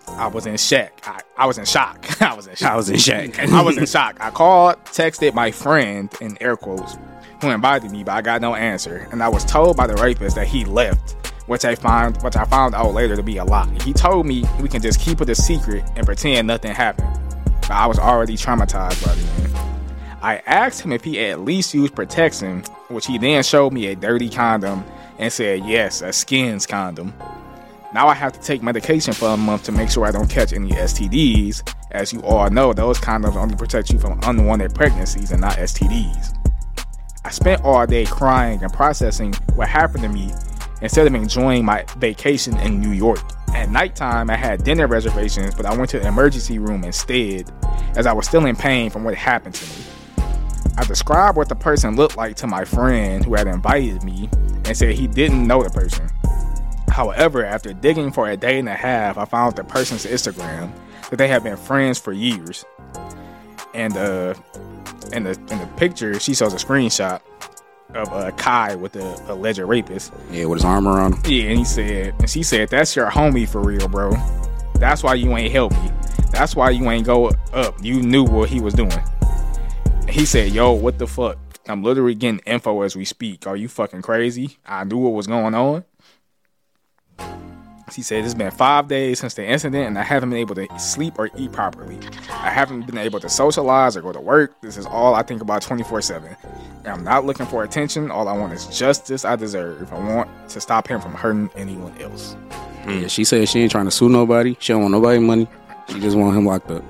I was in shock. I, I was in shock. I was in shock. I was in shock. I was in shock. I called, texted my friend in air quotes who invited me, but I got no answer. And I was told by the rapist that he left, which I find which I found out later to be a lie. He told me we can just keep it a secret and pretend nothing happened. But I was already traumatized by then. I asked him if he at least used protection, which he then showed me a dirty condom and said yes, a skins condom. Now I have to take medication for a month to make sure I don't catch any STDs. As you all know, those condoms only protect you from unwanted pregnancies and not STDs. I spent all day crying and processing what happened to me instead of enjoying my vacation in New York. At nighttime, I had dinner reservations, but I went to the emergency room instead, as I was still in pain from what happened to me. I described what the person looked like to my friend who had invited me and said he didn't know the person. However, after digging for a day and a half, I found the person's Instagram that they have been friends for years. And uh, in the in the picture, she shows a screenshot of uh, Kai with the alleged rapist. Yeah, with his arm around him. Yeah, and he said, and she said, "That's your homie for real, bro. That's why you ain't help me. That's why you ain't go up. You knew what he was doing." He said, "Yo, what the fuck? I'm literally getting info as we speak. Are you fucking crazy? I knew what was going on." She said, It's been five days since the incident, and I haven't been able to sleep or eat properly. I haven't been able to socialize or go to work. This is all I think about 24 7. I'm not looking for attention. All I want is justice I deserve. I want to stop him from hurting anyone else. Mm. Yeah, she said she ain't trying to sue nobody. She don't want nobody money. She just want him locked up.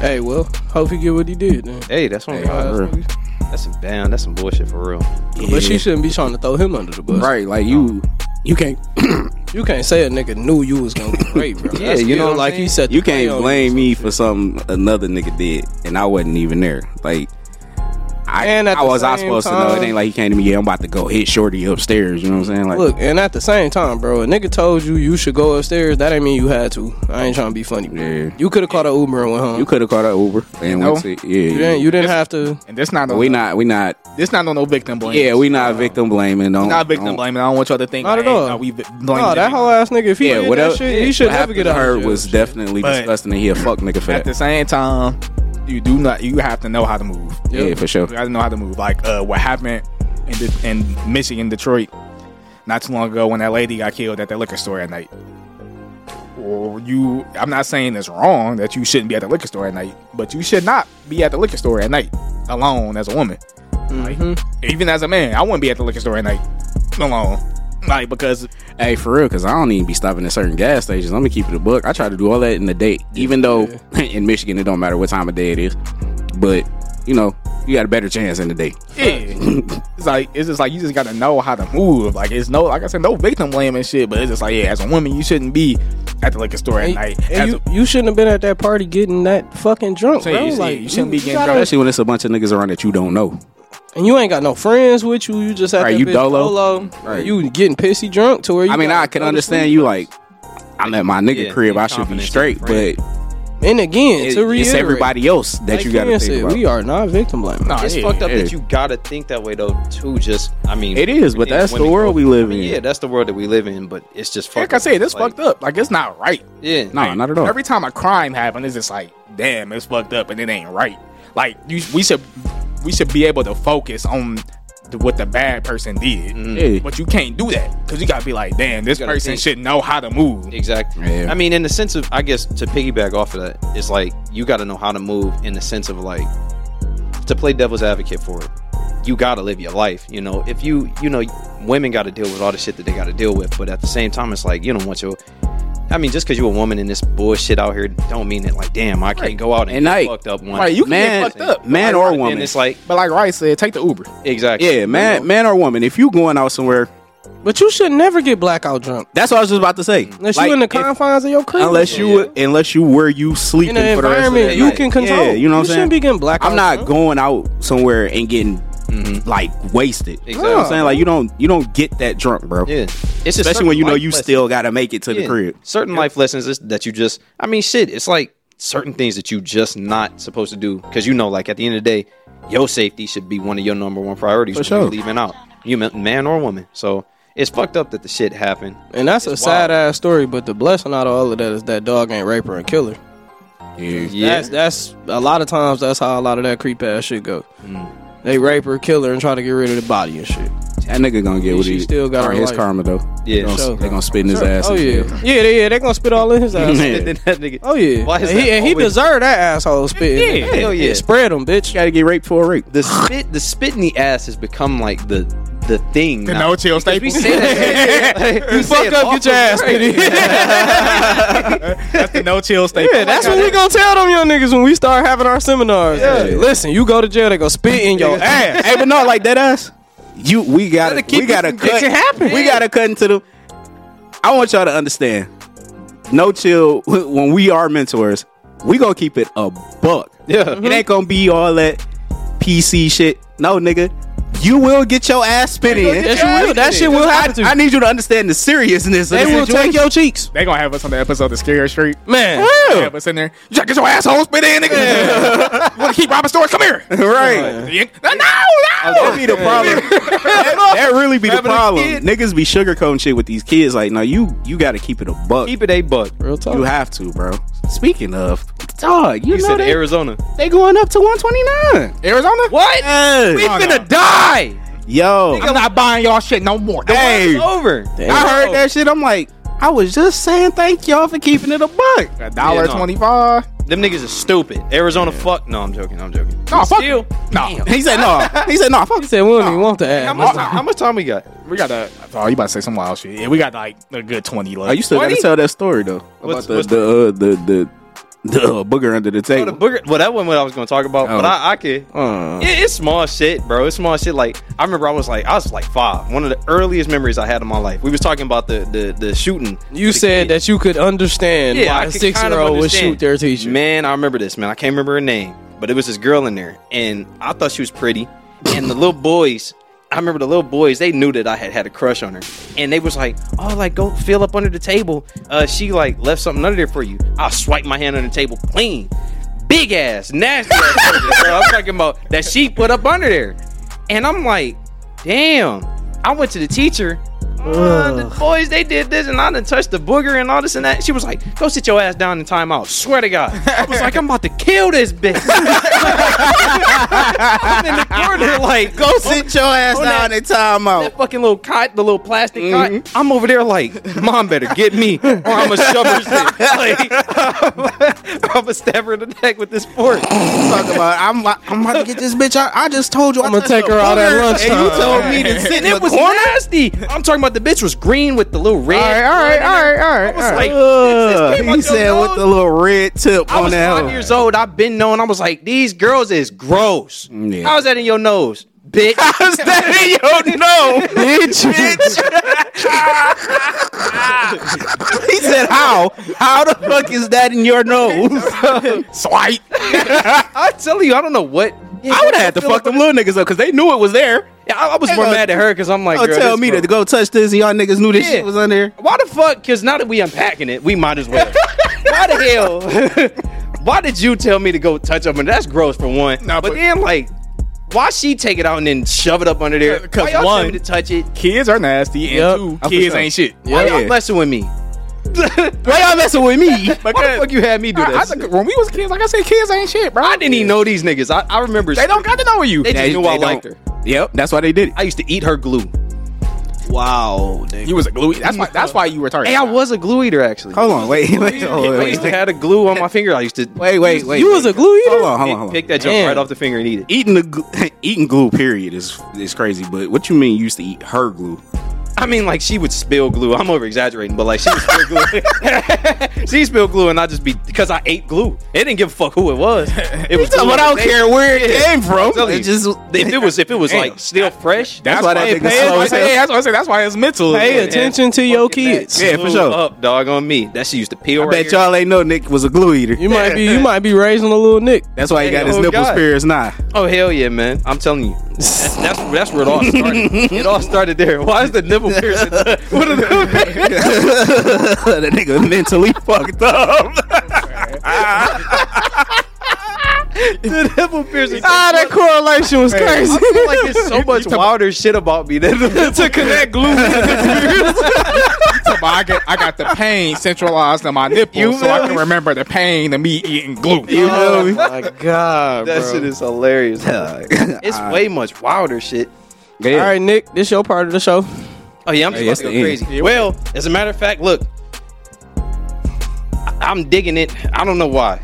Hey, well, hope he get what he did. Then. Hey, that's one. Hey, for real. that's some damn. That's some bullshit for real. Yeah. But she shouldn't be trying to throw him under the bus. right, like you, you can't, You can't say a nigga knew you was gonna get raped, bro. Yeah, you know, what I'm like, saying? you set. the you play can't on blame you. me for something another nigga did, and I wasn't even there. Like, I, And at I the was I same supposed to know? time- It ain't like he came to me. Yeah, I'm about to go hit Shorty upstairs. You know what I'm saying? Like, Look, and at the same time, bro, a nigga told you you should go upstairs. That ain't mean you had to. I ain't trying to be funny. bro. Yeah. You could have called an Uber and went home. you You, could have called up Uber and know? went to yeah. didn't. You didn't have to. And this not no, we not we not this not no, no victim blame. yeah we not victim blaming. Don't, not victim don't- blaming. I don't want y'all to think Not like, at hey, all. no, we vi- blaming No, that the whole ass nigga. If he Yeah, did whatever. that shit, he should what never happened get to out. of her jail. was definitely But- disgusting, and he a fuck nigga for At the that. same time, you do not. You have to know how to move. Yeah, for sure. I didn't know how to move. Like uh, what happened in, the, in Michigan, Detroit, not too long ago when that lady got killed at that liquor store at night. Or you, I'm not saying it's wrong that you shouldn't be at the liquor store at night, but you should not be at the liquor store at night alone as a woman. Like, Mm-hmm. even as a man, I wouldn't be at the liquor store at night alone. Like because Hey, for real, because I don't even be stopping at certain gas stations. I'm gonna keep it a book. I try to do all that in the day, even though in Michigan it don't matter what time of day it is. But you know, you got a better chance in the day. Yeah. it's like it's just like you just gotta know how to move. Like it's no like I said, no victim blame and shit, but it's just like, yeah, as a woman you shouldn't be at the liquor store at And, night. and As you, a- you shouldn't have been at that party getting that fucking drunk, So bro. you- like you shouldn't be getting gotta- drunk. Especially when it's a bunch of niggas around that you don't know. And you ain't got no friends with you. You just have Right, to you bitch dolo. dolo. Right. You getting pissy drunk to where you I mean, gotta I can go to understand sleep. you like. I'm at my nigga Yeah, crib. your I should be confidence in straight, your but friend. it, And again, to reiterate, it's everybody else that like you got to Ken think said, about. We are not victim blaming. Nah, It's yeah, fucked up yeah. that you gotta think that way though. Too just, I mean, It is, but everything that's the women world go we through. I live mean, in. Yeah, that's the world that we live in. But it's just like fucked I said, it's Like, fucked up. Like it's not right. Yeah, Nah, not at all. Every time a crime happens, it's just like, damn, it's fucked up and it ain't right. Like you, we should we should be able to focus on the, what the bad person did. Yeah. But you can't do that because you gotta be like, damn, this gotta person think. should know how to move. Exactly. Yeah. I mean, in the sense of, I guess to piggyback off of that, it's like you got to know how to move in the sense of like to play devil's advocate for it. You got to live your life. You know, if you, you know, women got to deal with all the shit that they got to deal with, but at the same time, it's like you don't want your. I mean, just because you're a woman in this bullshit out here, don't mean it like, damn, I can't go out and, And get like- fucked up one. Right, you can man, get fucked up. man Like, or and woman. It's like, But like Rice said, take the Uber. exactly. yeah, man, man or woman. If you going out somewhere, But you should never get blackout drunk that's what I was just about to say. unless Like, you in the if- confines of your crib. unless you unless you where you sleeping in an for the rest of environment the you night. can control. Yeah, you know what I'm saying? shouldn't be getting blackout. I'm not drunk. going out somewhere and getting Mm-hmm. like wasted. You know what I'm Exactly. saying? Like you don't you don't get that drunk, bro. Yeah. It's just Especially certain when you know life you lessons. still gotta make it to the Yeah. crib. Certain life lessons is- that you just, I mean, shit, it's like certain things that you just not supposed to do because you know, like at the end of the day, your safety should be one of your number one priorities For when you're sure. leaving out, you ma- man or woman. So it's fucked up that the shit happened. And that's It's a sad wild. ass story, but the blessing out of all of that is that dog ain't raper and killer. Yeah. Yeah, That's that's a lot of times that's how a lot of that creep ass shit go. They rape her, kill her, and try to get rid of the body and shit. That nigga gonna get Yeah, what she he still got or her his life. karma though. Yeah, they gonna, sure. they gonna spit in his ass. Oh and yeah, shit. yeah, they, yeah. They gonna spit all in his ass. Yeah. Then that nigga. Oh yeah, Why is and he, that and he always- deserved that asshole spit. Yeah, hell yeah. spread him, bitch. Gotta get raped for a rape. the spit the spit in the ass has become like the the thing. The now. no chill Because we staple. say that. like, we You say fuck it up, off get your the ass break. beat. That's the no chill staple. Yeah, that's what we gonna tell them young niggas when we start having our seminars. Hey, Listen, you go to jail, they gonna spit in your ass. hey, but no, like that ass. You we gotta keep we gotta it from- it cut. can happen. We gotta cut into the. I want y'all to understand. No chill. When we are mentors, we gonna keep it a buck. Yeah. It ain't gonna be all that PC shit. No, nigga, you will get your ass spit in. Yes, you will. That shit will happen to I, I you. need you to understand the seriousness of They the will situation. take your cheeks, They gonna have us on the episode of Scary Street. man. They have us in there. You gotta get your asshole spit in, nigga. you wanna keep robbing stores? Come here. right. Yeah. No, no. That be the problem. that, that really be the Grabbing a problem. kid. Niggas be sugarcoating shit with these kids. Like, no, you you got to keep it a buck. Keep it a buck. Real talk. You have to, bro. Speaking of, dog, you, You know said they, Arizona. they going up to 129. Arizona? What? Hey, We Oh, finna no. die. yo, I'm not buying y'all shit no more. Hey. It's over. I heard that shit. I'm like, I was just saying thank y'all for keeping it a buck. A dollar Yeah, no. twenty-five. Them niggas is stupid. Arizona, fuck. No, I'm joking. I'm joking. No, fuck. Still- it. No. He said no. He said no. Fuck He said we don't even want the How ass. much, how much time we got? We got a. Oh, you about to say some wild shit? Yeah, we got like a good twenty left. Oh, you still got to 20? tell that story though What's- about the what's the, uh, the the the uh, booger under the Oh, the table. booger. Well, that wasn't what I was gonna talk about, but Oh. I, I could. Uh, It, it's small shit, bro. It's small shit. Like I remember, I was like, I was like five. One of the earliest memories I had in my life. We was talking about the the, the shooting. You said that you could understand Yeah, why I a could six kind year of old would understand. shoot their teacher. Man, I remember this, man. I can't remember her name, but it was this girl in there, and I thought she was pretty. And the little boys, I remember the little boys, they knew that I had had a crush on her, and they was like, "Oh, like go feel up under the table. Uh, she like left something under there for you." I swiped my hand under the table, clean, big ass, nasty. ass burger, bro. I'm talking about that she put up under there, and I'm like, "Damn!" I went to the teacher. "Uh, the boys, they did this, and I done touched the booger and all this and that. She was like, "Go sit your ass down and time out." Swear to God, I was like, "I'm about to kill this bitch." I'm in the corner, like, "Go go sit your ass on down that- and time out. that fucking little cot, the little plastic cot. Mm-hmm. I'm over there like, mom better get me or I'm a shove her shit. Like, I'm a stab her in the neck with this fork. Talk about I'm I'm about to get this bitch. I, I just told you I'm I'ma take her out at And lunchtime. you told me to sit And in it the was corner. nasty. I'm talking about the bitch was green with the little red. All right, all right, all right, all right. I was all right. like, Uh, "Bitch, this came he out your said with nose?" the little red tip I on was that. five years old. I've been known. I was like, these girls is gross. Yeah. How's that in your nose, bitch? How's that in your nose? he said, "How? How the fuck is that in your nose?" swipe. I tell you, I don't know what. I would have had to fuck them little niggas up because they knew it was there. Yeah, I, I was Hey, more look. mad at her because I'm like, Don't girl, Oh, tell this me gross. to go touch this and y'all niggas knew this Yeah. shit was under there. Why the fuck? Because now that we unpacking it, we might as well. Why the hell? Why did you tell me to go touch up? And that's gross for one. Nah, but, but- then like, why she take it out and then shove it up under there? Uh, 'cause Why y'all tell one- me to touch it? Kids are nasty, and Yep. two, for kids sure. ain't shit. Why Yeah. y'all messing with me? Why y'all messing with me? Why the fuck you had me do I- I this? think when we was kids, like I said, kids ain't shit, bro. I didn't even know these niggas. I, I remember. They don't got to know you. They just knew I liked her. Yep, that's why they did it. I used to eat her glue. Wow, nigga. You was a glue. eater. That's why. That's why you were targeted. Hey, I was a glue eater actually. Hold on, wait, wait, hold on, I used to wait, had a glue on my finger. I used to pick, wait, wait, wait. You was a glue eater. Hold on, hold on, hold on. pick that junk Damn. right off the finger and eat it. Eating the gl- eating glue period is is crazy, but what you mean you used to eat her glue? I mean, like she would spill glue. I'm over exaggerating, but like she would spill glue. she spilled glue, and I just be because I ate glue. It didn't give a fuck who it was. It was. glue. They- where it came from. Tell you. It just if it was if it was like still fresh. That's, why, that nigga slow as hell. that's why I said. That's why it's mental. Pay Hey, attention to your kids. Yeah, for sure. Up, dog, on me. That she used to peel. I right bet y'all ain't know Nick was a glue eater. You might be you might be raising a little nick. That's why he got Hey, his oh, nipples God. pierced now. Oh hell yeah, man! I'm telling you, that's that's, that's where it all started. it all started there. Why is the nipple piercing? what are the that nigga mentally fucked up. the nipple piercing. Ah, that correlation was crazy. I feel like it's so much wilder shit about me than to connect glue. I, get, I got the pain centralized in my nipple, You so I feel can me? remember the pain of me eating glue. oh my god, That bro. shit is hilarious. it's way much wilder shit. All right, Nick, this your part of the show. Oh yeah, I'm Hey, just about to that's go the end. crazy. Well, as a matter of fact, look, I- I'm digging it. I don't know why.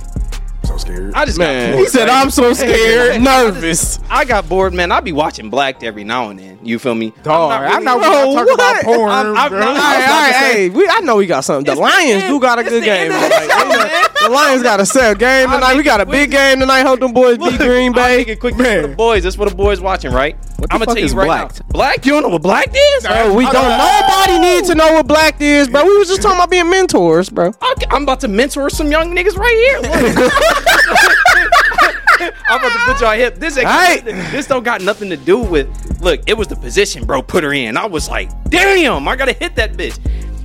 so scared. I just Man. got He bored. said, "I'm so scared, nervous." I got bored, man. I be watching Blacked every now and then. You feel me? Dog, I'm not really- I know Bro, we not talking about what? porn, I'm- I'm bro. not- All right, all right, hey, we, I know we got something. The It's the Lions end. do got a It's good the game. end of the Like, show, they man. got- the Lions got a sell game I'll tonight. We make got a it big game tonight. Hope them boys beat Green I'll Bay. make it quick this for the boys. That's what the boys watching, right? What the I'm gonna fuck tell is you right Blacked? now. Black, you don't know what black is? Oh, Bro, Oh, we I- don't. Nobody need to know what black is, bro. We was just talking about being mentors, bro. I- I'm about to mentor some young niggas right here. Look. I'm about to put y'all hip. This ain't- Aight. this don't got nothing to do with. Look, it was the position, bro. Put her in. I was like, damn, I gotta hit that bitch.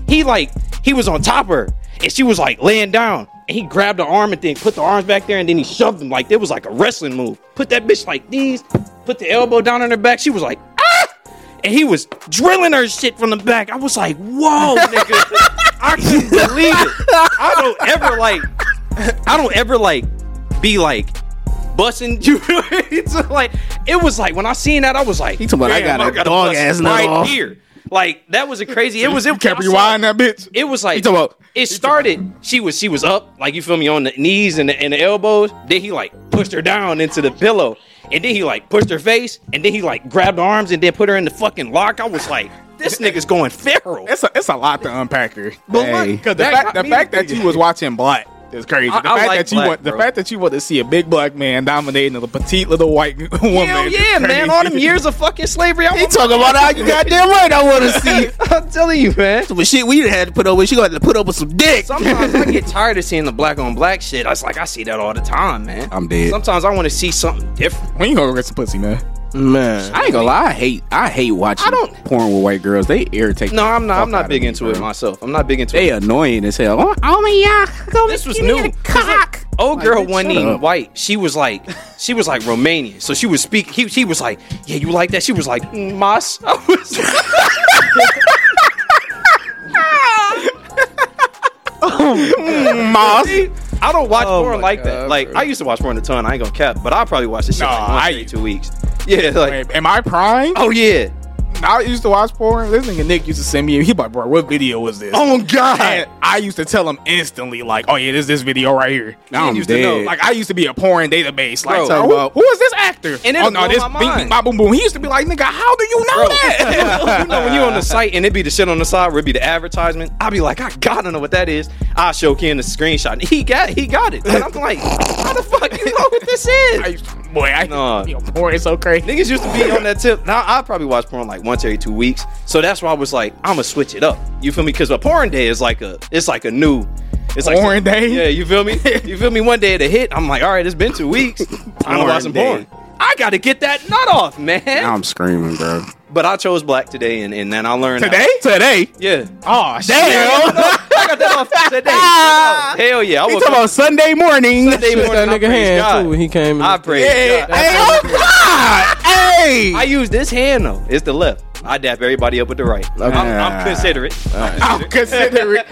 He like he was on top of her, and she was like laying down, and he grabbed her arm and then put the arms back there, and then he shoved him like it was like a wrestling move. Put that bitch like these, put the elbow down on her back. She was like, ah, and he was drilling her shit from the back. I was like, whoa, nigga. I couldn't believe it. I don't ever like I don't ever like be like bussing you it's like it was like when I seen that I was like he talking about, I got a dog ass nut right off." here. Like that was a crazy it was it Kept I saw- rewinding that bitch. it was like He talking about- it started. She was she was up, like you feel me, on the knees and the, and the elbows. Then he like pushed her down into the pillow, and then he like pushed her face, and then he like grabbed her arms and then put her in the fucking lock. I was like, this nigga's going feral. It's a, it's a lot to unpack here. Hey. Because the That fact, got the me fact to that you was watching Black is crazy. I- the I fact like that you Black, want, the bro. fact that you want to see a big black man dominating a petite little white woman. Hell is yeah, man! crazy. All them years of fucking slavery. I'm He talking about how you goddamn right. I want to see I'm telling you, man. but shit we done had to put up with. She gonna have to put up with some dick. Sometimes I get tired of seeing the black on black shit. I was like, I see that all the time, man. I'm dead. Sometimes I want to see something different. When you gonna get some pussy, man? Man, I ain't gonna lie. I hate. I hate watching I don't- porn with white girls. They irritate. No, I'm not. the fuck I'm out not of big me, into bro. it myself. I'm not big into They it. annoying as hell. Oh, oh my god. Go this was give me new. a 'Cause, like, cock. Old girl bitch, wasn't shut even up. white. She was like, she was like Romanian. So she was speaking. He, she was like, yeah, you like that? She was like, "Mm, mas. I was. Moss. I don't watch Oh porn my like God, that. Like bro. I used to watch porn a ton. I ain't gonna cap, but I probably watch this shit Nah, like once I- every two weeks. Yeah, like Am I prime? oh yeah. I used to watch porn. This nigga Nick used to send me. He like, bro, what video was this? Oh God. And I used to tell him instantly, like, oh yeah, this this video right here. Now He I'm used to know. dead. Like I used to be a porn database. Like, Bro. so who, who is this actor? And oh it'll no, blow this my Bing Bing mind. Bop Boom Boom. He used to be like, nigga, how do you know Bro, that? you know when you on the site and it be the shit on the side where it be the advertisement, I'll be like, I gotta know what that is. I show Ken the screenshot. And he got he got it. And I'm like, how the fuck you know what this is? I used to- boy, I Nah. you know, porn is so crazy. Niggas used to be on that tip. Now I probably watch porn like once every two weeks. So that's why I was like, I'ma switch it up. You feel me? Cause a porn day is like a it's like a new it's like Porn day? Yeah, you feel me? You feel me? One day it hit. I'm like, all right, it's been two weeks. I don't Porn watch some day. porn. I gotta get that nut off, man. Now I'm screaming, bro. But I chose black today and, and then I learned Today, today. Yeah. Oh Damn. damn. I got that off today. Hell yeah. I He woke talking up about Sunday morning. Sunday shook morning. that I nigga praise hand God. too when he came. in. I praise Hey, God. hey, oh god. Hey. I use this hand though. It's the left. I dap everybody up with the right. I'm, I'm considerate. I'm considering.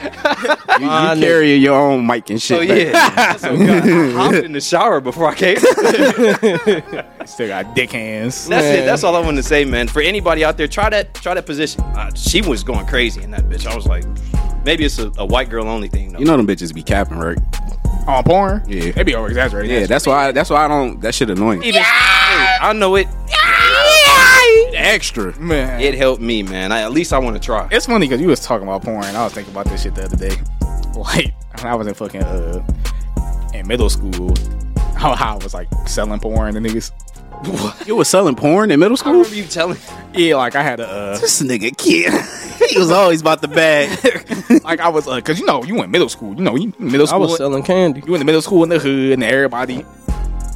You, you carrying your own mic and shit. So man. yeah. so God, I hopped in the shower before I came. That's Still got dick hands. it. That's all I want to say, man. For anybody out there, try that. Try that position. Uh, she was going crazy in that bitch. I was like, maybe it's a, a white girl only thing. Though. You know them bitches be capping, right? On porn? Yeah. They be over exaggerating. Yeah, that's why. That's why I don't. That shit annoying. Even- Hey, I know it. Extra. man. It helped me, man. I, at least I want to try. It's funny because you was talking about porn. I was thinking about this shit the other day. Like when I was in fucking uh in middle school, how how I was like selling porn to niggas. You was selling porn in middle I school. remember you telling. Yeah, like I had a uh, This nigga kid. he was always about the bag. like I was uh, cause you know you in middle school, you know you in middle I school, was selling candy. you in the middle school in the hood and everybody.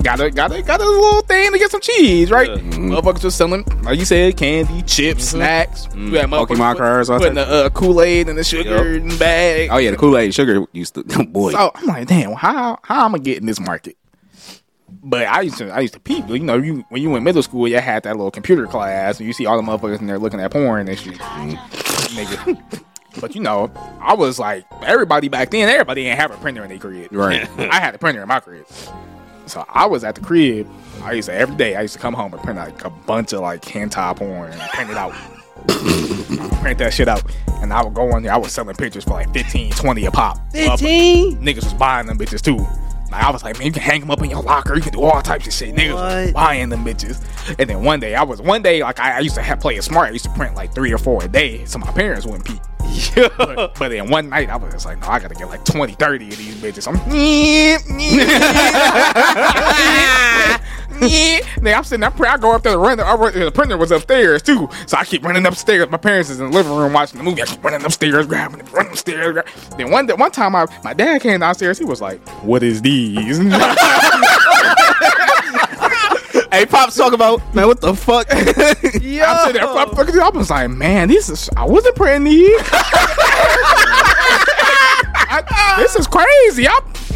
Got a, got a, got a little thing to get some cheese, right? Mm-hmm. Yeah. Motherfuckers was selling, like you said, candy, chips, snacks. You had motherfuckers Pokemon put- cards, all putting the uh, Kool Aid and the sugar in the bag. oh yeah, the Kool Aid sugar used to. Boy, So I'm like, damn, how how I'm gonna get in this market? But I used to, I used to peep. You know, you when you went middle school, you had that little computer class, and you see all the motherfuckers in there looking at porn and shit, Mm, nigga. But you know, I was like everybody back then. Everybody didn't have a printer in their crib. Right. I had a printer in my crib, so I was at the crib. I used to every day. I used to come home and print like a bunch of like hentai porn, and print it out, print that shit out, and I would go on there. I was selling pictures for like 15, 20 a pop. Fifteen. niggas was buying them bitches too. Like I was like, man, you can hang them up in your locker. You can do all types of shit. Niggas was What? buying them bitches. And then one day, I was one day like I, I used to have, play it smart. I used to print like three or four a day, so my parents wouldn't peep. But, but then one night, I was just like, no, I gotta get like 20, 30 of these bitches. I'm, Nigga, I'm sitting there. print- I go up to the render. I run, the printer was upstairs too, so I keep running upstairs. My parents is in the living room watching the movie. I keep running upstairs, grabbing it, running upstairs. Grab. Then one day, one time, I, my dad came downstairs. He was like, "What is these?" Hey, pops, talk about man. What the fuck? I'm sitting there, I'm fucking- I was like, man, this is. I wasn't praying these. I- this is crazy. I,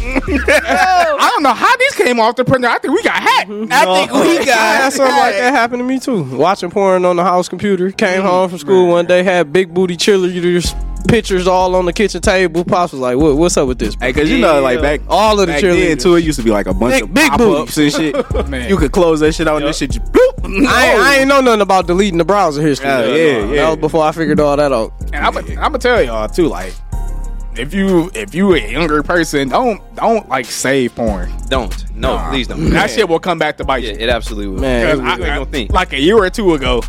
I don't know how these came off the printer. I think we got hacked. I think we had got something like that happen to me too. Watching porn on the house computer. Came home from school one day, had big booty cheerleaders pictures all on the kitchen table. Pops was like, what, "What's up with this?" bro?" Hey, cause you know, like back All of the back then cheerleaders. too, it used to be like a bunch Big- of big pop ups and shit. Man. You could close that shit out, and that shit just bloop. I, ain't- I ain't know nothing about deleting the browser history. Yeah, though. yeah, That yeah. was before I figured all that out. And I'm gonna tell y'all too, like if you if you a younger person, don't don't like save porn. Don't. No, please don't. That shit will come back to bite Yeah, you. it absolutely will. Man. Because you I- ain't gonna think. Like a year or two ago,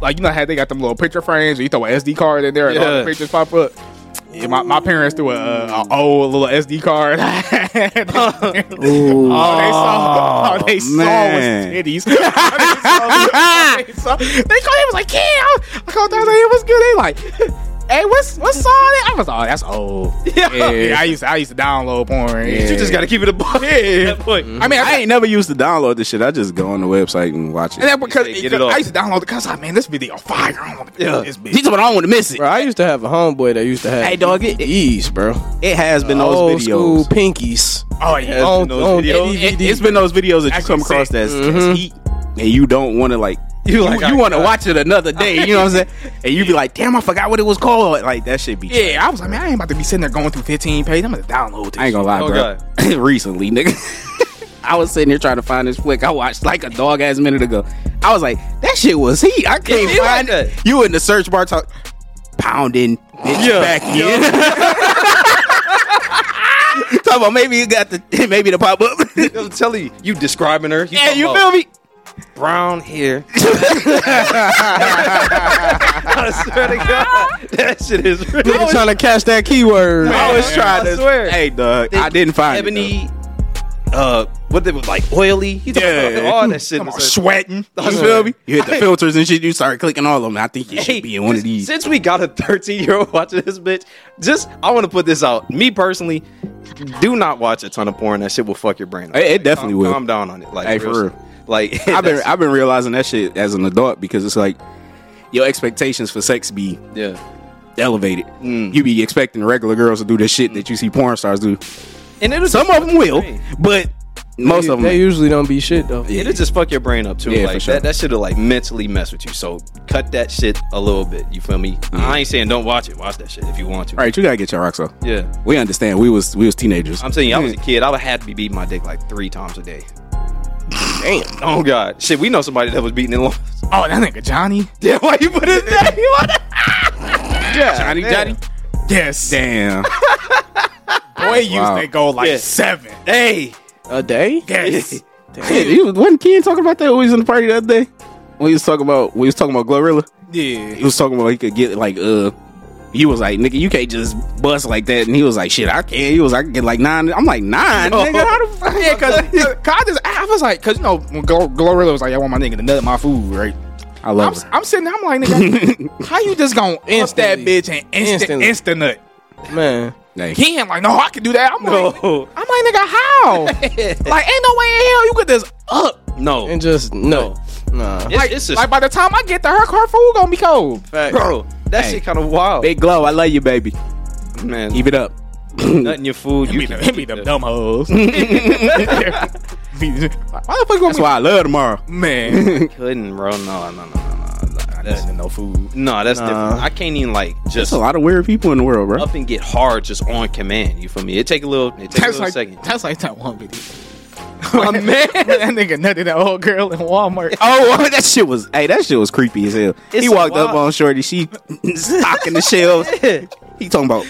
like you know how they got them little picture frames, where you throw an SD card in there and all Yeah. the pictures pop up. Yeah, my, my parents threw a, a old little SD card. Ooh. All they saw, all they saw man. was titties. All they, saw, all they, saw, they called me was like, yeah. I was- I called down like, hey, what's good? They like, hey, what's what's all that? I was like, oh, that's old. Yeah, I used to, I used to download porn. You just gotta keep it a boy. Yeah. Mm-hmm. I mean, I ain't never used to download this shit. I just go on the website and watch And it. that because say, get it off. I used to download it because I man, this video fire. I don't want to this bitch. He's what I don't want to miss it. Bro, I used to have a homeboy that used to have Hey, dog, it- these, bro. It has been those Old videos. school pinkies. Oh yeah. On, those on videos. It, DVD. has been those videos that you Actually come across sick. that's, that's heat, and you don't want to like. You like, you, I want to got- watch it another day. You know what I'm saying? And you be like, damn, I forgot what it was called. Like that should be. Yeah, I was like, man, I ain't about to be sitting there going through 15 pages. I'm gonna download this. I ain't gonna lie, Oh, bro. Recently, nigga. I was sitting here trying to find this flick. I watched like a dog ass minute ago. I was like, that shit was heat. I can't Yeah, find like it. You in the search bar talk pounding bitch back in. Talk about maybe you got the maybe the pop up. I'm telling you, you describing her. You yeah, talking you about feel me? Brown hair. I swear to God, that shit is real. Nigga trying to catch that keyword. I was Man, trying I to swear. Hey, dog, I didn't find it. Ebony, uh, what they was like oily. He talking Yeah. about all that shit. Come on, It's like, sweating. though. You feel me? You hit the filters and shit. You start clicking all of them. I think you should hey, be in one of these. Since we got a 13 year old watching this bitch, just I want to put this out. Me personally, do not watch a ton of porn. That shit will fuck your brain. up. It- it definitely calm, will. Calm down on it. Like Hey, for real real. shit. Like I've been that's- I've been realizing that shit as an adult because it's like your expectations for sex be yeah. elevated. Mm. You be expecting regular girls to do the shit that you see porn stars do. And it'll Some just of them will, but most they, of them. they usually don't be shit though. Yeah. It'll just fuck your brain up too. Yeah, like for sure. that, that shit'll like mentally mess with you. So cut that shit a little bit. You feel me? I ain't saying don't watch it. Watch that shit if you want to. all right, you gotta get your rocks off. Yeah. We understand. We was we was teenagers. I'm telling you, I was a kid. I would had to be beating my dick like three times a day. Damn. Oh God, shit. We know somebody that was beating it. Long. Oh, that nigga Johnny. yeah, why you put his name on it? yeah, Johnny, man. Johnny. Yes. Damn. Boy used Wow. to go like Yeah. seven. Hey, A day? Yes. Shit, he was, wasn't Ken talking about that when we was in the party the other day? When he was talking about when he was talking about Glorilla, he yeah. was talking about he could get like uh. He was like, nigga, you can't just bust like that. And he was like, shit, I can. He was like, I can get like nine. I'm like, nine, Oh, nigga. How the fuck? Yeah, cause, cause I just I was like, cause you know when Glo- Glorilla was like, I want my nigga to nut my food, right? I I'm, love s- I'm sitting, there, I'm like, nigga, how you just gonna inst that Instantly. bitch and instant Instantly. insta nut? Man. her. He ain't like, no, I can do that. I'm like, no, I'm like, nigga, how? like, ain't no way in hell you get this up. no. And just no. Nah. It's, it's just Like by the time I get to her, her food gonna be cold. bro. That Hey. shit kind of wild, Big Glow, I love you, baby. man. Keep it up. Nutting your food, Hit you me, can the, hit me keep them that. dumb hoes. Why the fuck That's why I love tomorrow. man? Couldn't, bro. No, no, no, no, no. I That's, didn't know food. no, that's different. I can't even like There's just a lot of weird people in the world, bro. up and get hard just on command. You feel me? It take a little. It take a That's little like second. that's like that one video. My man, that nigga nutted that old girl in Walmart. Oh, that shit was hey, that shit was creepy as hell. It's he walked up wild. on Shorty, she stocking the shelves. He talking about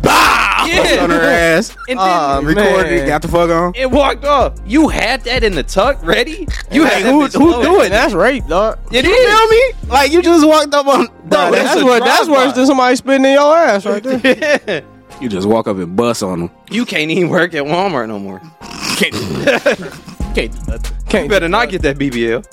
bah Yeah. on her ass. And then- Um, recorded, it, man. got the fuck on. It walked off. You had that in the tuck ready. You Hey, had that who- bitch who loaded. do it? That's rape, dog. It You is. feel me? Like you just walked up on Bro, Nah, that's That's a what. That's drive-by. worse than somebody spitting in your ass right there. You just walk up and bust on him. You can't even work at Walmart no more. can't, can't do nothing. You better not get that BBL.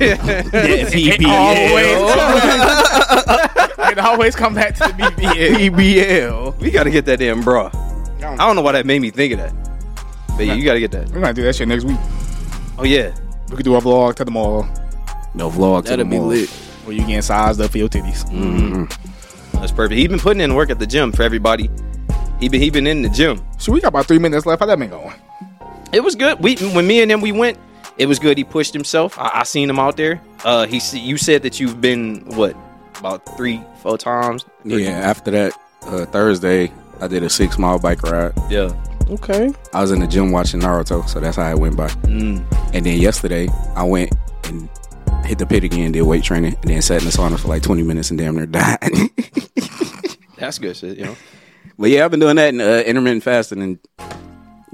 It always, it always come back to the BBL. BBL. We gotta get that damn bra. I don't know why that made me think of that. But yeah, you gotta get that. We're gonna do that shit next week. Oh yeah. We could do a vlog to the mall No vlog. to That'll the be mall. lit. where you getting sized up for your titties. Mm. That's perfect. He been putting in work at the gym for everybody. He been he been in the gym. So we got about three minutes left. How that been going? It was good. We when me and him we went, it was good. He pushed himself. I, I seen him out there. Uh he s- you said that you've been what about three four times. Yeah. After that uh, Thursday, I did a six mile bike ride. Yeah. Okay. I was in the gym watching Naruto, so that's how it went by. Mm. And then yesterday, I went and hit the pit again, did weight training, and then sat in the sauna for like 20 minutes and damn near died. That's good shit. You know, but yeah, I've been doing that and uh, intermittent fasting and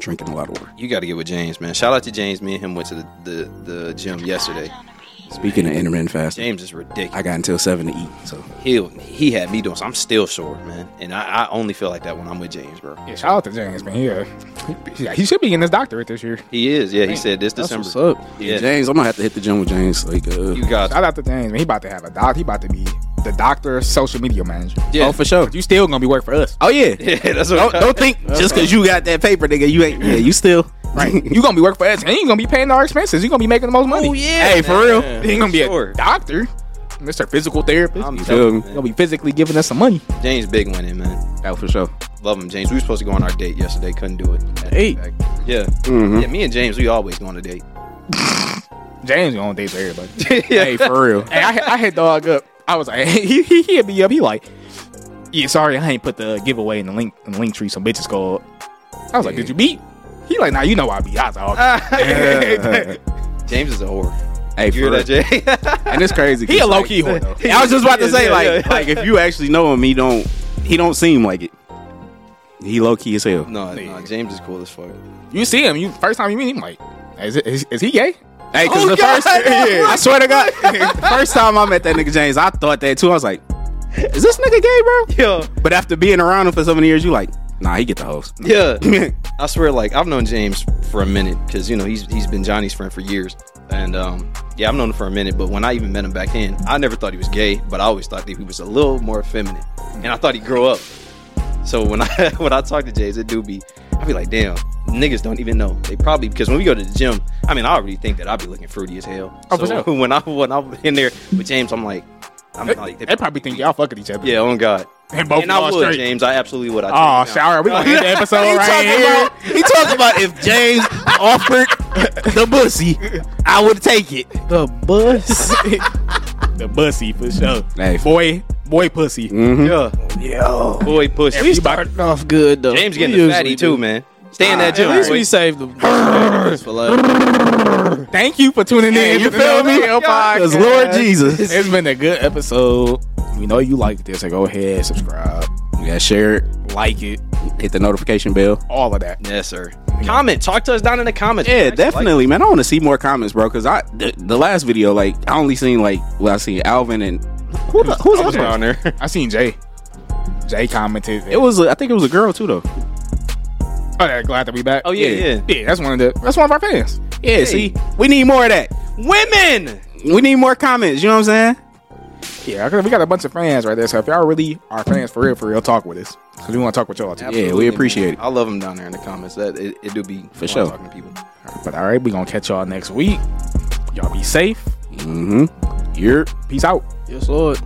drinking a lot of water. you got to get with James, man. Shout out to James. Me and him went to the the, the gym yesterday. Speaking of intermittent fasting, James is ridiculous. I got until seven to eat. So he he had me doing. So I'm still sore, man. And I, I only feel like that when I'm with James, bro. Yeah, shout out to James, man. Yeah, he, he should be getting his doctorate this year. He is. Yeah, he said this December. up? Yeah, James, I'm gonna have to hit the gym with James. Like, uh, you got. Shout out to James, man. He about to have a doc. He about to be the doctor, social media manager. Yeah. oh for sure. You still gonna be working for us, Oh yeah. Yeah, that's Don't, what. don't think just because you got that paper, nigga, you ain't. Yeah, you still right? you gonna be working for us, and you gonna be paying our expenses. You gonna be making the most money. Oh, yeah, Hey, for real, man. you ain't gonna be Sure. a doctor, Mister Physical Therapist. I'm You telling feel you, me? you man. gonna be physically giving us some money. James big winning, man. Oh for sure. Love him, James. We were supposed to go on our date yesterday. Couldn't do it. Eight. Yeah. Yeah. Me and James, we always go on a date. James gonna date for everybody. Hey, for real. hey, I, I hit dog up. I was like, he he he hit me up. He like, yeah, sorry, I ain't put the giveaway in the link in the link tree. Some bitches called. I was like, did you beat? He like, nah, you know I beat. I was like, okay. James is a whore. Hey, You hear for real. that, Jay? And it's crazy. 'cause, he a low like, key whore though. I was just about to Yeah, say, yeah, like, yeah. like if you actually know him, he don't he don't seem like it. He low key as hell. no, no, James is cool as fuck. You see him, you first time you meet him, like, is it is, is he gay? Hey, cause Oh, the God. first, I swear to God, the first time I met that nigga James, I thought that too. I was like, is this nigga gay, bro? Yeah. But after being around him for so many years, you like, nah, he get the host. Yeah. That's I swear, like I've known James for a minute because you know he's he's been Johnny's friend for years, and um, yeah, I've known him for a minute. But when I even met him back in, I never thought he was gay, but I always thought that he was a little more feminine, and I thought he'd grow up. So when I when I talk to James, it do be, I be like, damn, niggas don't even know. They probably because when we go to the gym, I mean, I already think that I be looking fruity as hell. Oh, for so sure. when I when I'm in there with James, I'm like, I'm They, like, they probably think y'all fucking each other. yeah, on God. and both and I y'all would, straight. James. I absolutely would. I Oh, take it down. shower. We gonna end the episode right here. he talking about if James offered the pussy, I would take it. The bus. The bussy for sure. Hey. Boy, boy, pussy. Mm. Mm-hmm. Yeah, Yo. boy, push. We started off good though. James We getting the fatty usually too, do. man. Stay in that At gym. least we saved the for later. Thank you for tuning Hey, in. you to the feel No me? Oh Chill Podcast. Cause Lord Jesus, It's been a good episode. We know you like this, so go ahead, subscribe, yeah, share it, like it, hit the notification bell. all of that. Yes, sir. Comment. Talk to us down in the comments. Yeah, man. I actually like definitely, man. I want to see more comments, bro. Cause I the, the last video, like, I only seen like well, I seen Alvin and who the, who's it. the other down one? there. I seen Jay. Jay commented. It was a, I think it was a girl too, though. Oh, yeah, glad to be back. Oh yeah, yeah. yeah. That's one of the. That's one of our fans. Yeah, see, we need more of that. Women. We need more comments. You know what I'm saying? Yeah, 'cause we got a bunch of fans right there. So if y'all really are fans for real, for real, talk with us because we want to talk with y'all too. Yeah, we appreciate it. I love them down there in the comments. That it, it do be for sure. Talking to people. But all right, we gonna catch y'all next week. Y'all be safe. Mm-hmm. You're. Peace out. Yes, Lord.